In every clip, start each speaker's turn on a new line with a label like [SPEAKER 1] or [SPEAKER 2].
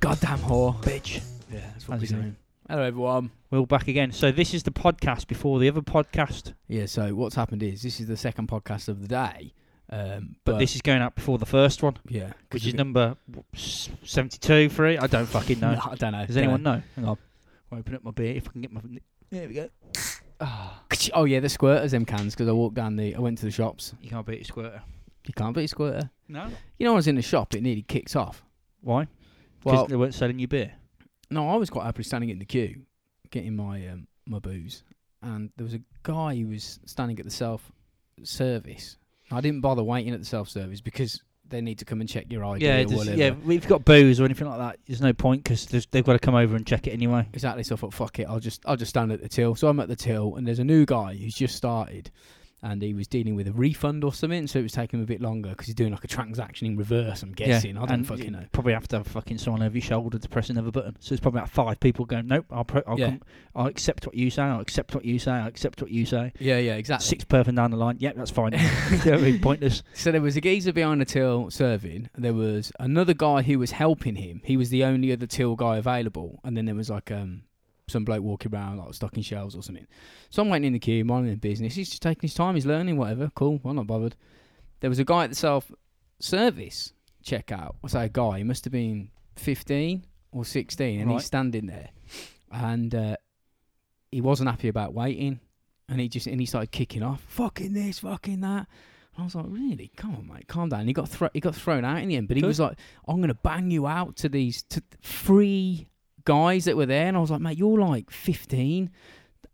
[SPEAKER 1] Goddamn whore.
[SPEAKER 2] Bitch.
[SPEAKER 1] Yeah, that's
[SPEAKER 2] How's
[SPEAKER 1] what we're
[SPEAKER 2] it going?
[SPEAKER 1] doing. Hello, everyone.
[SPEAKER 2] We're all back again. So this is the podcast before the other podcast,
[SPEAKER 1] Yeah, so what's happened is this is the second podcast of the day. Um,
[SPEAKER 2] but this is going out before the first one,
[SPEAKER 1] yeah, 'cause
[SPEAKER 2] which
[SPEAKER 1] we've
[SPEAKER 2] is number w- s- 72, three. I don't fucking
[SPEAKER 1] got-
[SPEAKER 2] know.
[SPEAKER 1] I don't know.
[SPEAKER 2] Does anyone know? Hang on. I'll open up my beer if I can get my. There we go. Ah,
[SPEAKER 1] Oh yeah, the squirters them cans because I walked down the. I went to the shops.
[SPEAKER 2] you can't beat a squirter.
[SPEAKER 1] You can't beat a squirter.
[SPEAKER 2] No.
[SPEAKER 1] You know, when I was in the shop. It nearly kicked off.
[SPEAKER 2] Why? Because
[SPEAKER 1] Well,
[SPEAKER 2] they weren't selling you beer.
[SPEAKER 1] no, I was quite happily standing in the queue, getting my um, my booze, and there was a guy who was standing at the self service. I didn't bother waiting at the self service because they need to come and check your ID
[SPEAKER 2] yeah,
[SPEAKER 1] or
[SPEAKER 2] it does-
[SPEAKER 1] whatever.
[SPEAKER 2] yeah. We've got booze or anything like that. There's no point because they've got to come over and check it anyway.
[SPEAKER 1] Exactly. So I thought, fuck it, I'll just I'll just stand at the till. So I'm at the till, and there's a new guy who's just started, and he was dealing with a refund or something, so it was taking him a bit longer because he's doing like a transaction in reverse. I'm guessing. I don't
[SPEAKER 2] and
[SPEAKER 1] fucking
[SPEAKER 2] you
[SPEAKER 1] know.
[SPEAKER 2] Probably have to have fucking someone over your shoulder to press another button. So it's probably about five people going, "Nope, I'll pro- I'll,
[SPEAKER 1] Yeah.
[SPEAKER 2] come, I'll accept what you say. I'll accept what you say. I'll accept what you say."
[SPEAKER 1] Yeah, yeah, exactly.
[SPEAKER 2] Six person down the line, yep, that's fine. That'd be pointless.
[SPEAKER 1] So there was a geezer behind the till serving. There was another guy who was helping him. He was the only other till guy available. And then there was like um some bloke walking around like stocking shelves or something. So I'm waiting in the queue, minding his business. He's just taking his time. He's learning, whatever. Cool. I'm not bothered. There was a guy at the self service checkout. I say a guy. He must have been 15 or 16, and
[SPEAKER 2] Right.
[SPEAKER 1] he's standing there, and uh, he wasn't happy about waiting, and he just and he started kicking off, fucking this, fucking that. And I was like, really? Come on, mate, calm down. And he got thro- he got thrown out in the end, but he
[SPEAKER 2] Good.
[SPEAKER 1] was like, I'm gonna bang you out to these to th- three guys that were there, and I was like, mate, you're like 15.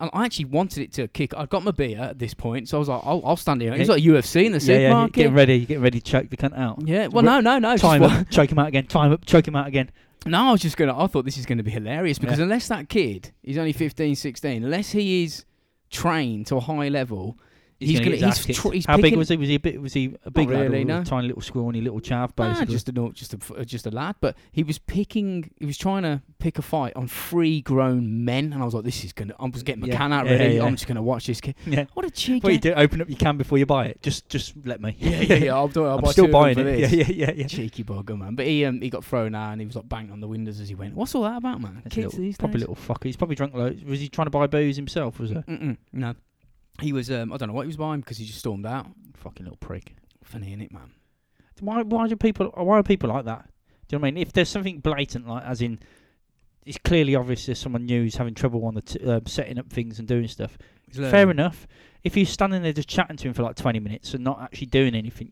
[SPEAKER 1] And I actually wanted it to kick. I got my beer at this point, so I was like, I'll, I'll stand here. It was
[SPEAKER 2] Yeah.
[SPEAKER 1] like UFC in the
[SPEAKER 2] yeah, yeah, you-
[SPEAKER 1] supermarket.
[SPEAKER 2] getting ready, you're getting ready to choke the cunt out.
[SPEAKER 1] Yeah, well, no, no, no. just
[SPEAKER 2] Time
[SPEAKER 1] one-
[SPEAKER 2] up, choke him out again. Time up, choke him out again.
[SPEAKER 1] No, I was just going to, I thought this is going to be hilarious because
[SPEAKER 2] Yeah.
[SPEAKER 1] unless that kid, he's only 15, 16, unless he is trained to a high level, He's
[SPEAKER 2] gonna
[SPEAKER 1] gonna-
[SPEAKER 2] get his
[SPEAKER 1] he's
[SPEAKER 2] ass kicked.
[SPEAKER 1] tr- he's
[SPEAKER 2] How big
[SPEAKER 1] picking-
[SPEAKER 2] was he? Was he a bit? Was he a big lad or
[SPEAKER 1] really,
[SPEAKER 2] a
[SPEAKER 1] no.
[SPEAKER 2] tiny little scrawny little chav?
[SPEAKER 1] nah,
[SPEAKER 2] Basically,
[SPEAKER 1] just, a, no- just, a, f- uh, just a lad. But he was picking, he was trying to pick a fight on three grown men. And I was like, this is going to, I'm just getting my
[SPEAKER 2] Yeah,
[SPEAKER 1] can out
[SPEAKER 2] yeah,
[SPEAKER 1] ready.
[SPEAKER 2] yeah.
[SPEAKER 1] I'm just going to watch this kid.
[SPEAKER 2] yeah.
[SPEAKER 1] What a cheeky.
[SPEAKER 2] What you do? Open up your can before you buy it. Just, just let me.
[SPEAKER 1] Yeah, yeah, yeah. I'll do it. I'll
[SPEAKER 2] I'm
[SPEAKER 1] buy
[SPEAKER 2] still
[SPEAKER 1] two of them
[SPEAKER 2] buying
[SPEAKER 1] for
[SPEAKER 2] it.
[SPEAKER 1] this.
[SPEAKER 2] Yeah, yeah, yeah, yeah.
[SPEAKER 1] Cheeky bugger, man. But he um, he got thrown out and he was like banging on the windows as he went. What's all that about, man?
[SPEAKER 2] That's a
[SPEAKER 1] Kids
[SPEAKER 2] little-
[SPEAKER 1] these
[SPEAKER 2] probably
[SPEAKER 1] days.
[SPEAKER 2] little fucker. He's probably drunk loads. Was he trying to buy booze himself? Was it?
[SPEAKER 1] Mm-mm, no. He was, um, I don't know what he was buying because he just stormed out.
[SPEAKER 2] Fucking little prick.
[SPEAKER 1] Funny, innit, man?
[SPEAKER 2] Why? Why do people? Why are people like that? Do you know what I mean? If there's something blatant, like as in, it's clearly obvious there's someone new who's having trouble on the t- um, setting up things and doing stuff. Fair enough. If you're standing there just chatting to him for like 20 minutes and not actually doing anything,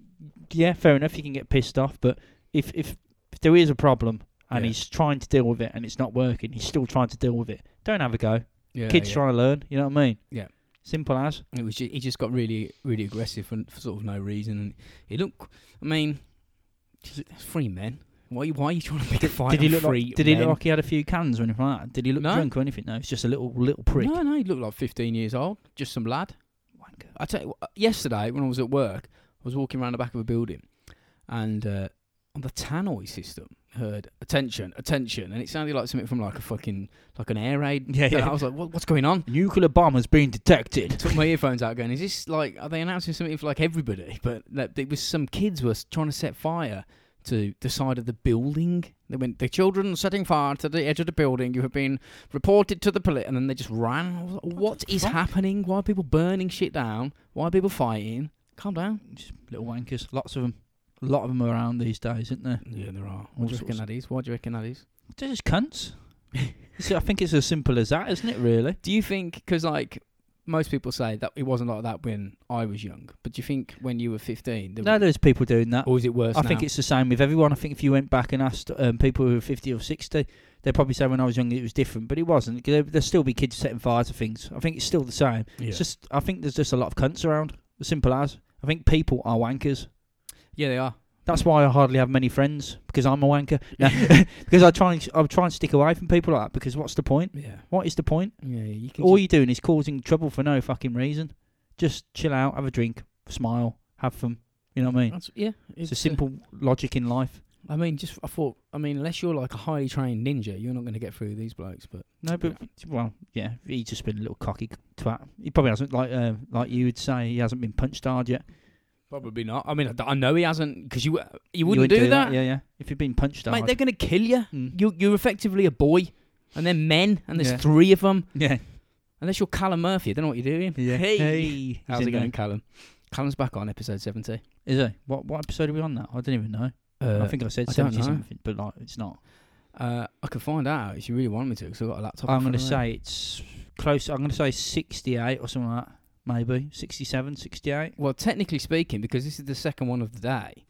[SPEAKER 2] yeah, fair enough. You can get pissed off, but if if, if there is a problem and
[SPEAKER 1] Yeah.
[SPEAKER 2] he's trying to deal with it and it's not working, he's still trying to deal with it. Don't have a go.
[SPEAKER 1] Yeah,
[SPEAKER 2] Kids
[SPEAKER 1] yeah.
[SPEAKER 2] trying to learn. You know what I mean?
[SPEAKER 1] Yeah.
[SPEAKER 2] Simple as.
[SPEAKER 1] It was ju- he just got really, really aggressive for, for sort of no reason. And he looked. I mean, just- it's free men. Why? Why are you trying to pick a fight?
[SPEAKER 2] Did he
[SPEAKER 1] on
[SPEAKER 2] look
[SPEAKER 1] free
[SPEAKER 2] like? Did he
[SPEAKER 1] men?
[SPEAKER 2] look like he had a few cans or anything like that? Did he look
[SPEAKER 1] No.
[SPEAKER 2] drunk or anything? No, it's just a little little prick.
[SPEAKER 1] No, no, he looked like 15 years old. Just some lad.
[SPEAKER 2] Wanker.
[SPEAKER 1] I tell you, what, yesterday when I was at work, I was walking around the back of a building, and uh, on the tannoy system, heard attention, attention, and it sounded like something from like a fucking like an air raid.
[SPEAKER 2] Yeah, yeah.
[SPEAKER 1] And I was like, what, what's going on?
[SPEAKER 2] Nuclear bomb has been detected.
[SPEAKER 1] Took my earphones out, going, "Is this like? Are they announcing something for like everybody?" But like, it was some kids were trying to set fire to the side of the building. They went, "The children setting fire to the edge of the building. You have been reported to the police." And then they just ran. I was like, what
[SPEAKER 2] the
[SPEAKER 1] is
[SPEAKER 2] fuck?
[SPEAKER 1] happening? Why are people burning shit down? Why are people fighting? Calm down.
[SPEAKER 2] Just little wankers. Lots of them. A lot of them around these days, isn't there?
[SPEAKER 1] Yeah, there are.
[SPEAKER 2] All
[SPEAKER 1] What do you
[SPEAKER 2] sorts.
[SPEAKER 1] reckon that is? Why do you reckon that is?
[SPEAKER 2] They're just cunts. so I think it's as simple as that, isn't it? Really?
[SPEAKER 1] Do you think? Because like. Most people say that it wasn't like that when I was young, but do you think when you were fifteen, there
[SPEAKER 2] No,
[SPEAKER 1] was,
[SPEAKER 2] there's people doing that.
[SPEAKER 1] or is it worse?
[SPEAKER 2] I think
[SPEAKER 1] now?
[SPEAKER 2] it's the same with everyone. I think if you went back and asked um, people who were 50 or 60, they'd probably say when I was young it was different, but it wasn't. 'cause there- There'd still be kids setting fire to things. I think it's still the same. It's just I think there's just a lot of cunts around. As simple as. I think people are wankers.
[SPEAKER 1] yeah, they are.
[SPEAKER 2] That's why I hardly have many friends because I'm a wanker. No, because I try and I try and stick away from people like that. Because what's the point?
[SPEAKER 1] Yeah,
[SPEAKER 2] What is the point?
[SPEAKER 1] yeah. You can
[SPEAKER 2] All you're doing is causing trouble for no fucking reason. Just chill out, have a drink, smile, have fun. You know what I mean?
[SPEAKER 1] That's, yeah,
[SPEAKER 2] It's,
[SPEAKER 1] uh,
[SPEAKER 2] a simple logic in life.
[SPEAKER 1] I mean, just I thought. I mean, unless you're like a highly trained ninja, you're not going to get through these blokes. But
[SPEAKER 2] No, but well, yeah, he's just been a little cocky twat. He probably hasn't like uh, like you would say he hasn't been punched hard yet.
[SPEAKER 1] Probably not. I mean, I, I know he hasn't because you you wouldn't do, that.
[SPEAKER 2] Yeah, yeah. If you've been punched
[SPEAKER 1] Mate,
[SPEAKER 2] hard.
[SPEAKER 1] they're gonna kill you.
[SPEAKER 2] Mm.
[SPEAKER 1] You you're effectively a boy, and they're men, and there's
[SPEAKER 2] Yeah.
[SPEAKER 1] three of them.
[SPEAKER 2] yeah.
[SPEAKER 1] Unless you're Callum Murphy, I don't know what you're doing.
[SPEAKER 2] Yeah.
[SPEAKER 1] Hey.
[SPEAKER 2] Hey.
[SPEAKER 1] How's
[SPEAKER 2] He's
[SPEAKER 1] it
[SPEAKER 2] in
[SPEAKER 1] going,
[SPEAKER 2] there.
[SPEAKER 1] Callum? Callum's back on episode seventy.
[SPEAKER 2] Is it? What what episode are we on now? I don't even know.
[SPEAKER 1] Uh,
[SPEAKER 2] I think I said
[SPEAKER 1] I don't
[SPEAKER 2] 70
[SPEAKER 1] know.
[SPEAKER 2] something, but like it's not.
[SPEAKER 1] uh, I could find out if you really want me to, because I've got a laptop. in
[SPEAKER 2] I'm going to
[SPEAKER 1] front of me.
[SPEAKER 2] say it's close. I'm going to say 68 or something like that. Maybe 67, 68.
[SPEAKER 1] Well, technically speaking, because this is the second one of the day.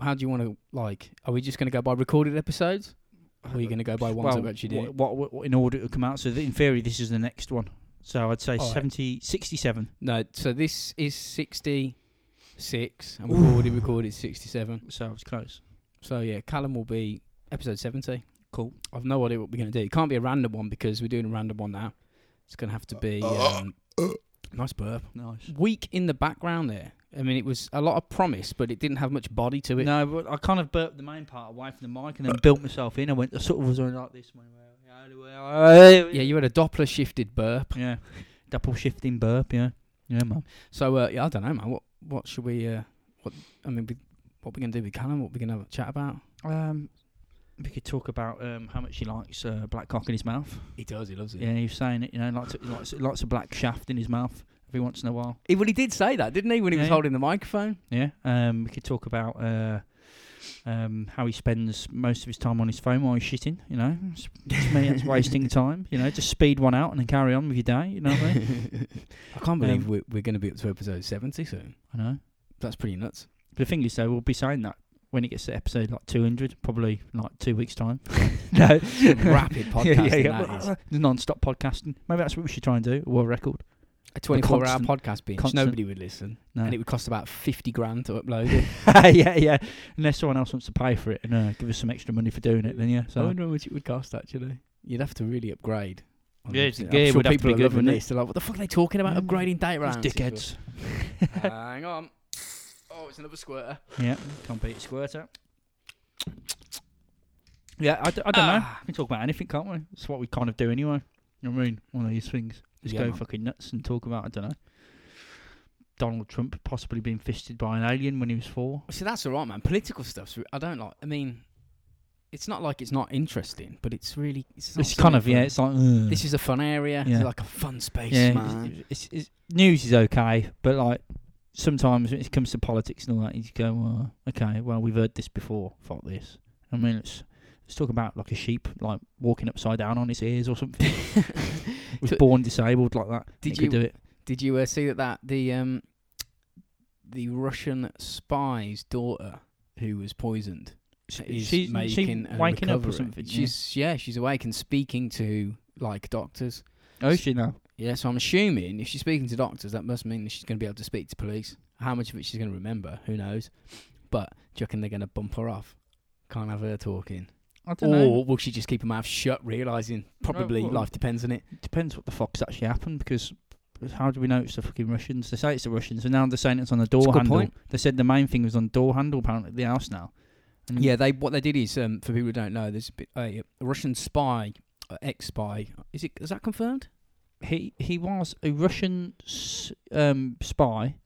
[SPEAKER 1] How do you want to like? Are we just going to go by recorded episodes? Or are you going to go by ones that we actually did?
[SPEAKER 2] what, what, what, in order it would come out? So in theory, this is the next one. So I'd say
[SPEAKER 1] All right.
[SPEAKER 2] 70, 67.
[SPEAKER 1] No, so this is 66, and we've already recorded 67.
[SPEAKER 2] So it's close.
[SPEAKER 1] So, yeah, Callum will be episode 70.
[SPEAKER 2] Cool.
[SPEAKER 1] I've no idea what we're going to do. It can't be a random one because we're doing a random one now. It's going to have to
[SPEAKER 2] Uh,
[SPEAKER 1] be. Um, nice burp.
[SPEAKER 2] Nice.
[SPEAKER 1] Weak in the background there. I mean, it was a lot of promise, but it didn't have much body to it.
[SPEAKER 2] No, but I kind of burped the main part away from the mic and then built myself in. I went, I sort of was going like this.
[SPEAKER 1] Yeah, you had a Doppler shifted burp.
[SPEAKER 2] Yeah. Double shifting burp, yeah. Yeah, man.
[SPEAKER 1] So, uh, yeah, I don't know, man. What what should we. Uh, what I mean, we, what we're going to do with Callum? What we're going to have a chat about?
[SPEAKER 2] Um, we could talk about um, how much he likes uh, black cock in his mouth.
[SPEAKER 1] He does, he loves
[SPEAKER 2] Yeah, he was saying it. You know, lots of, lots, lots of black shaft in his mouth every once in a while.
[SPEAKER 1] He, well, he did say that, didn't he, when he was
[SPEAKER 2] Yeah.
[SPEAKER 1] holding the microphone?
[SPEAKER 2] Yeah. Um, we could talk about uh, um, how he spends most of his time on his phone while he's shitting. You know, It's- to me that's wasting time. You know, just speed one out and then carry on with your day. You know what I mean?
[SPEAKER 1] I can't believe
[SPEAKER 2] Um,
[SPEAKER 1] we're, we're going to be up to episode 70 soon.
[SPEAKER 2] I know.
[SPEAKER 1] That's pretty nuts.
[SPEAKER 2] But the thing is, though, we'll be saying that when it gets to episode like 200, probably in, like two weeks time. no,
[SPEAKER 1] Rapid podcasting.
[SPEAKER 2] yeah, yeah,
[SPEAKER 1] that is.
[SPEAKER 2] yeah. non-stop podcasting. Maybe that's what we should try and do. a World record.
[SPEAKER 1] A 24 hour
[SPEAKER 2] constant-
[SPEAKER 1] podcast binge.
[SPEAKER 2] constant-
[SPEAKER 1] Nobody would listen.
[SPEAKER 2] No.
[SPEAKER 1] And it would cost about 50 grand to upload it.
[SPEAKER 2] yeah, yeah. Unless someone else wants to pay for it and uh, give us some extra money for doing it, then yeah.
[SPEAKER 1] I
[SPEAKER 2] So
[SPEAKER 1] wonder how much it would cost, actually. You'd have to really upgrade. on
[SPEAKER 2] Yeah,
[SPEAKER 1] the
[SPEAKER 2] it's-
[SPEAKER 1] episode.
[SPEAKER 2] yeah,
[SPEAKER 1] I'm
[SPEAKER 2] it
[SPEAKER 1] sure
[SPEAKER 2] would have to
[SPEAKER 1] people
[SPEAKER 2] be
[SPEAKER 1] are
[SPEAKER 2] good,
[SPEAKER 1] loving
[SPEAKER 2] wouldn't it?
[SPEAKER 1] this. They're like, what the fuck are they talking about?
[SPEAKER 2] Yeah.
[SPEAKER 1] Upgrading date
[SPEAKER 2] These
[SPEAKER 1] rounds.
[SPEAKER 2] dickheads.
[SPEAKER 1] Hang on. Oh, it's another squirter.
[SPEAKER 2] yeah, can't beat a squirter. Yeah, I, d- I don't know.
[SPEAKER 1] Ah.
[SPEAKER 2] We can talk about anything, can't we? It's what we kind of do anyway. You know what I mean? One of these things. Just
[SPEAKER 1] Yeah,
[SPEAKER 2] go
[SPEAKER 1] man.
[SPEAKER 2] fucking nuts and talk about I don't know. Donald Trump possibly being fisted by an alien when he was four.
[SPEAKER 1] See, that's all right, man. Political stuff's. Re- I don't like. I mean, it's not like it's not interesting, but it's really. It's, not
[SPEAKER 2] It's kind of
[SPEAKER 1] something
[SPEAKER 2] yeah.
[SPEAKER 1] for-
[SPEAKER 2] It's like
[SPEAKER 1] This is a fun area.
[SPEAKER 2] Yeah.
[SPEAKER 1] It's like a fun space,
[SPEAKER 2] yeah.
[SPEAKER 1] man.
[SPEAKER 2] It's, it's, it's, news is okay, but like sometimes when it comes to politics and all that, you just go, well, okay, well we've heard this before. Fuck this. I mean, let's let's talk about like a sheep like walking upside down on its ears or something. was
[SPEAKER 1] So-
[SPEAKER 2] born disabled like that.
[SPEAKER 1] Did
[SPEAKER 2] Did you
[SPEAKER 1] you-
[SPEAKER 2] do it?
[SPEAKER 1] Did you uh, see that, that the um, the Russian spy's daughter who was poisoned is
[SPEAKER 2] she's
[SPEAKER 1] making
[SPEAKER 2] she
[SPEAKER 1] a
[SPEAKER 2] waking up or
[SPEAKER 1] recovery.
[SPEAKER 2] something. yeah.
[SPEAKER 1] She's yeah. she's awake and speaking to like doctors.
[SPEAKER 2] oh, is she now.
[SPEAKER 1] Yeah, so I'm assuming if she's speaking to doctors, that must mean that she's going to be able to speak to police. How much of it she's going to remember, who knows? But do you reckon they're going to bump her off? Can't have her talking.
[SPEAKER 2] I don't
[SPEAKER 1] Or
[SPEAKER 2] know.
[SPEAKER 1] will she just keep her mouth shut, realizing probably
[SPEAKER 2] well-
[SPEAKER 1] life depends on it?
[SPEAKER 2] It depends what the fuck's actually happened because. How do we know it's the fucking Russians? They say it's the Russians, and now they're saying it's on the
[SPEAKER 1] a
[SPEAKER 2] door
[SPEAKER 1] good
[SPEAKER 2] handle.
[SPEAKER 1] point.
[SPEAKER 2] They said the main thing was on door handle apparently at the house now. And
[SPEAKER 1] Yeah, they what they did is um, for people who don't know, there's a, bit, a Russian spy, uh, ex-spy. Is it is that confirmed?
[SPEAKER 2] he he was a Russian s- um, spy.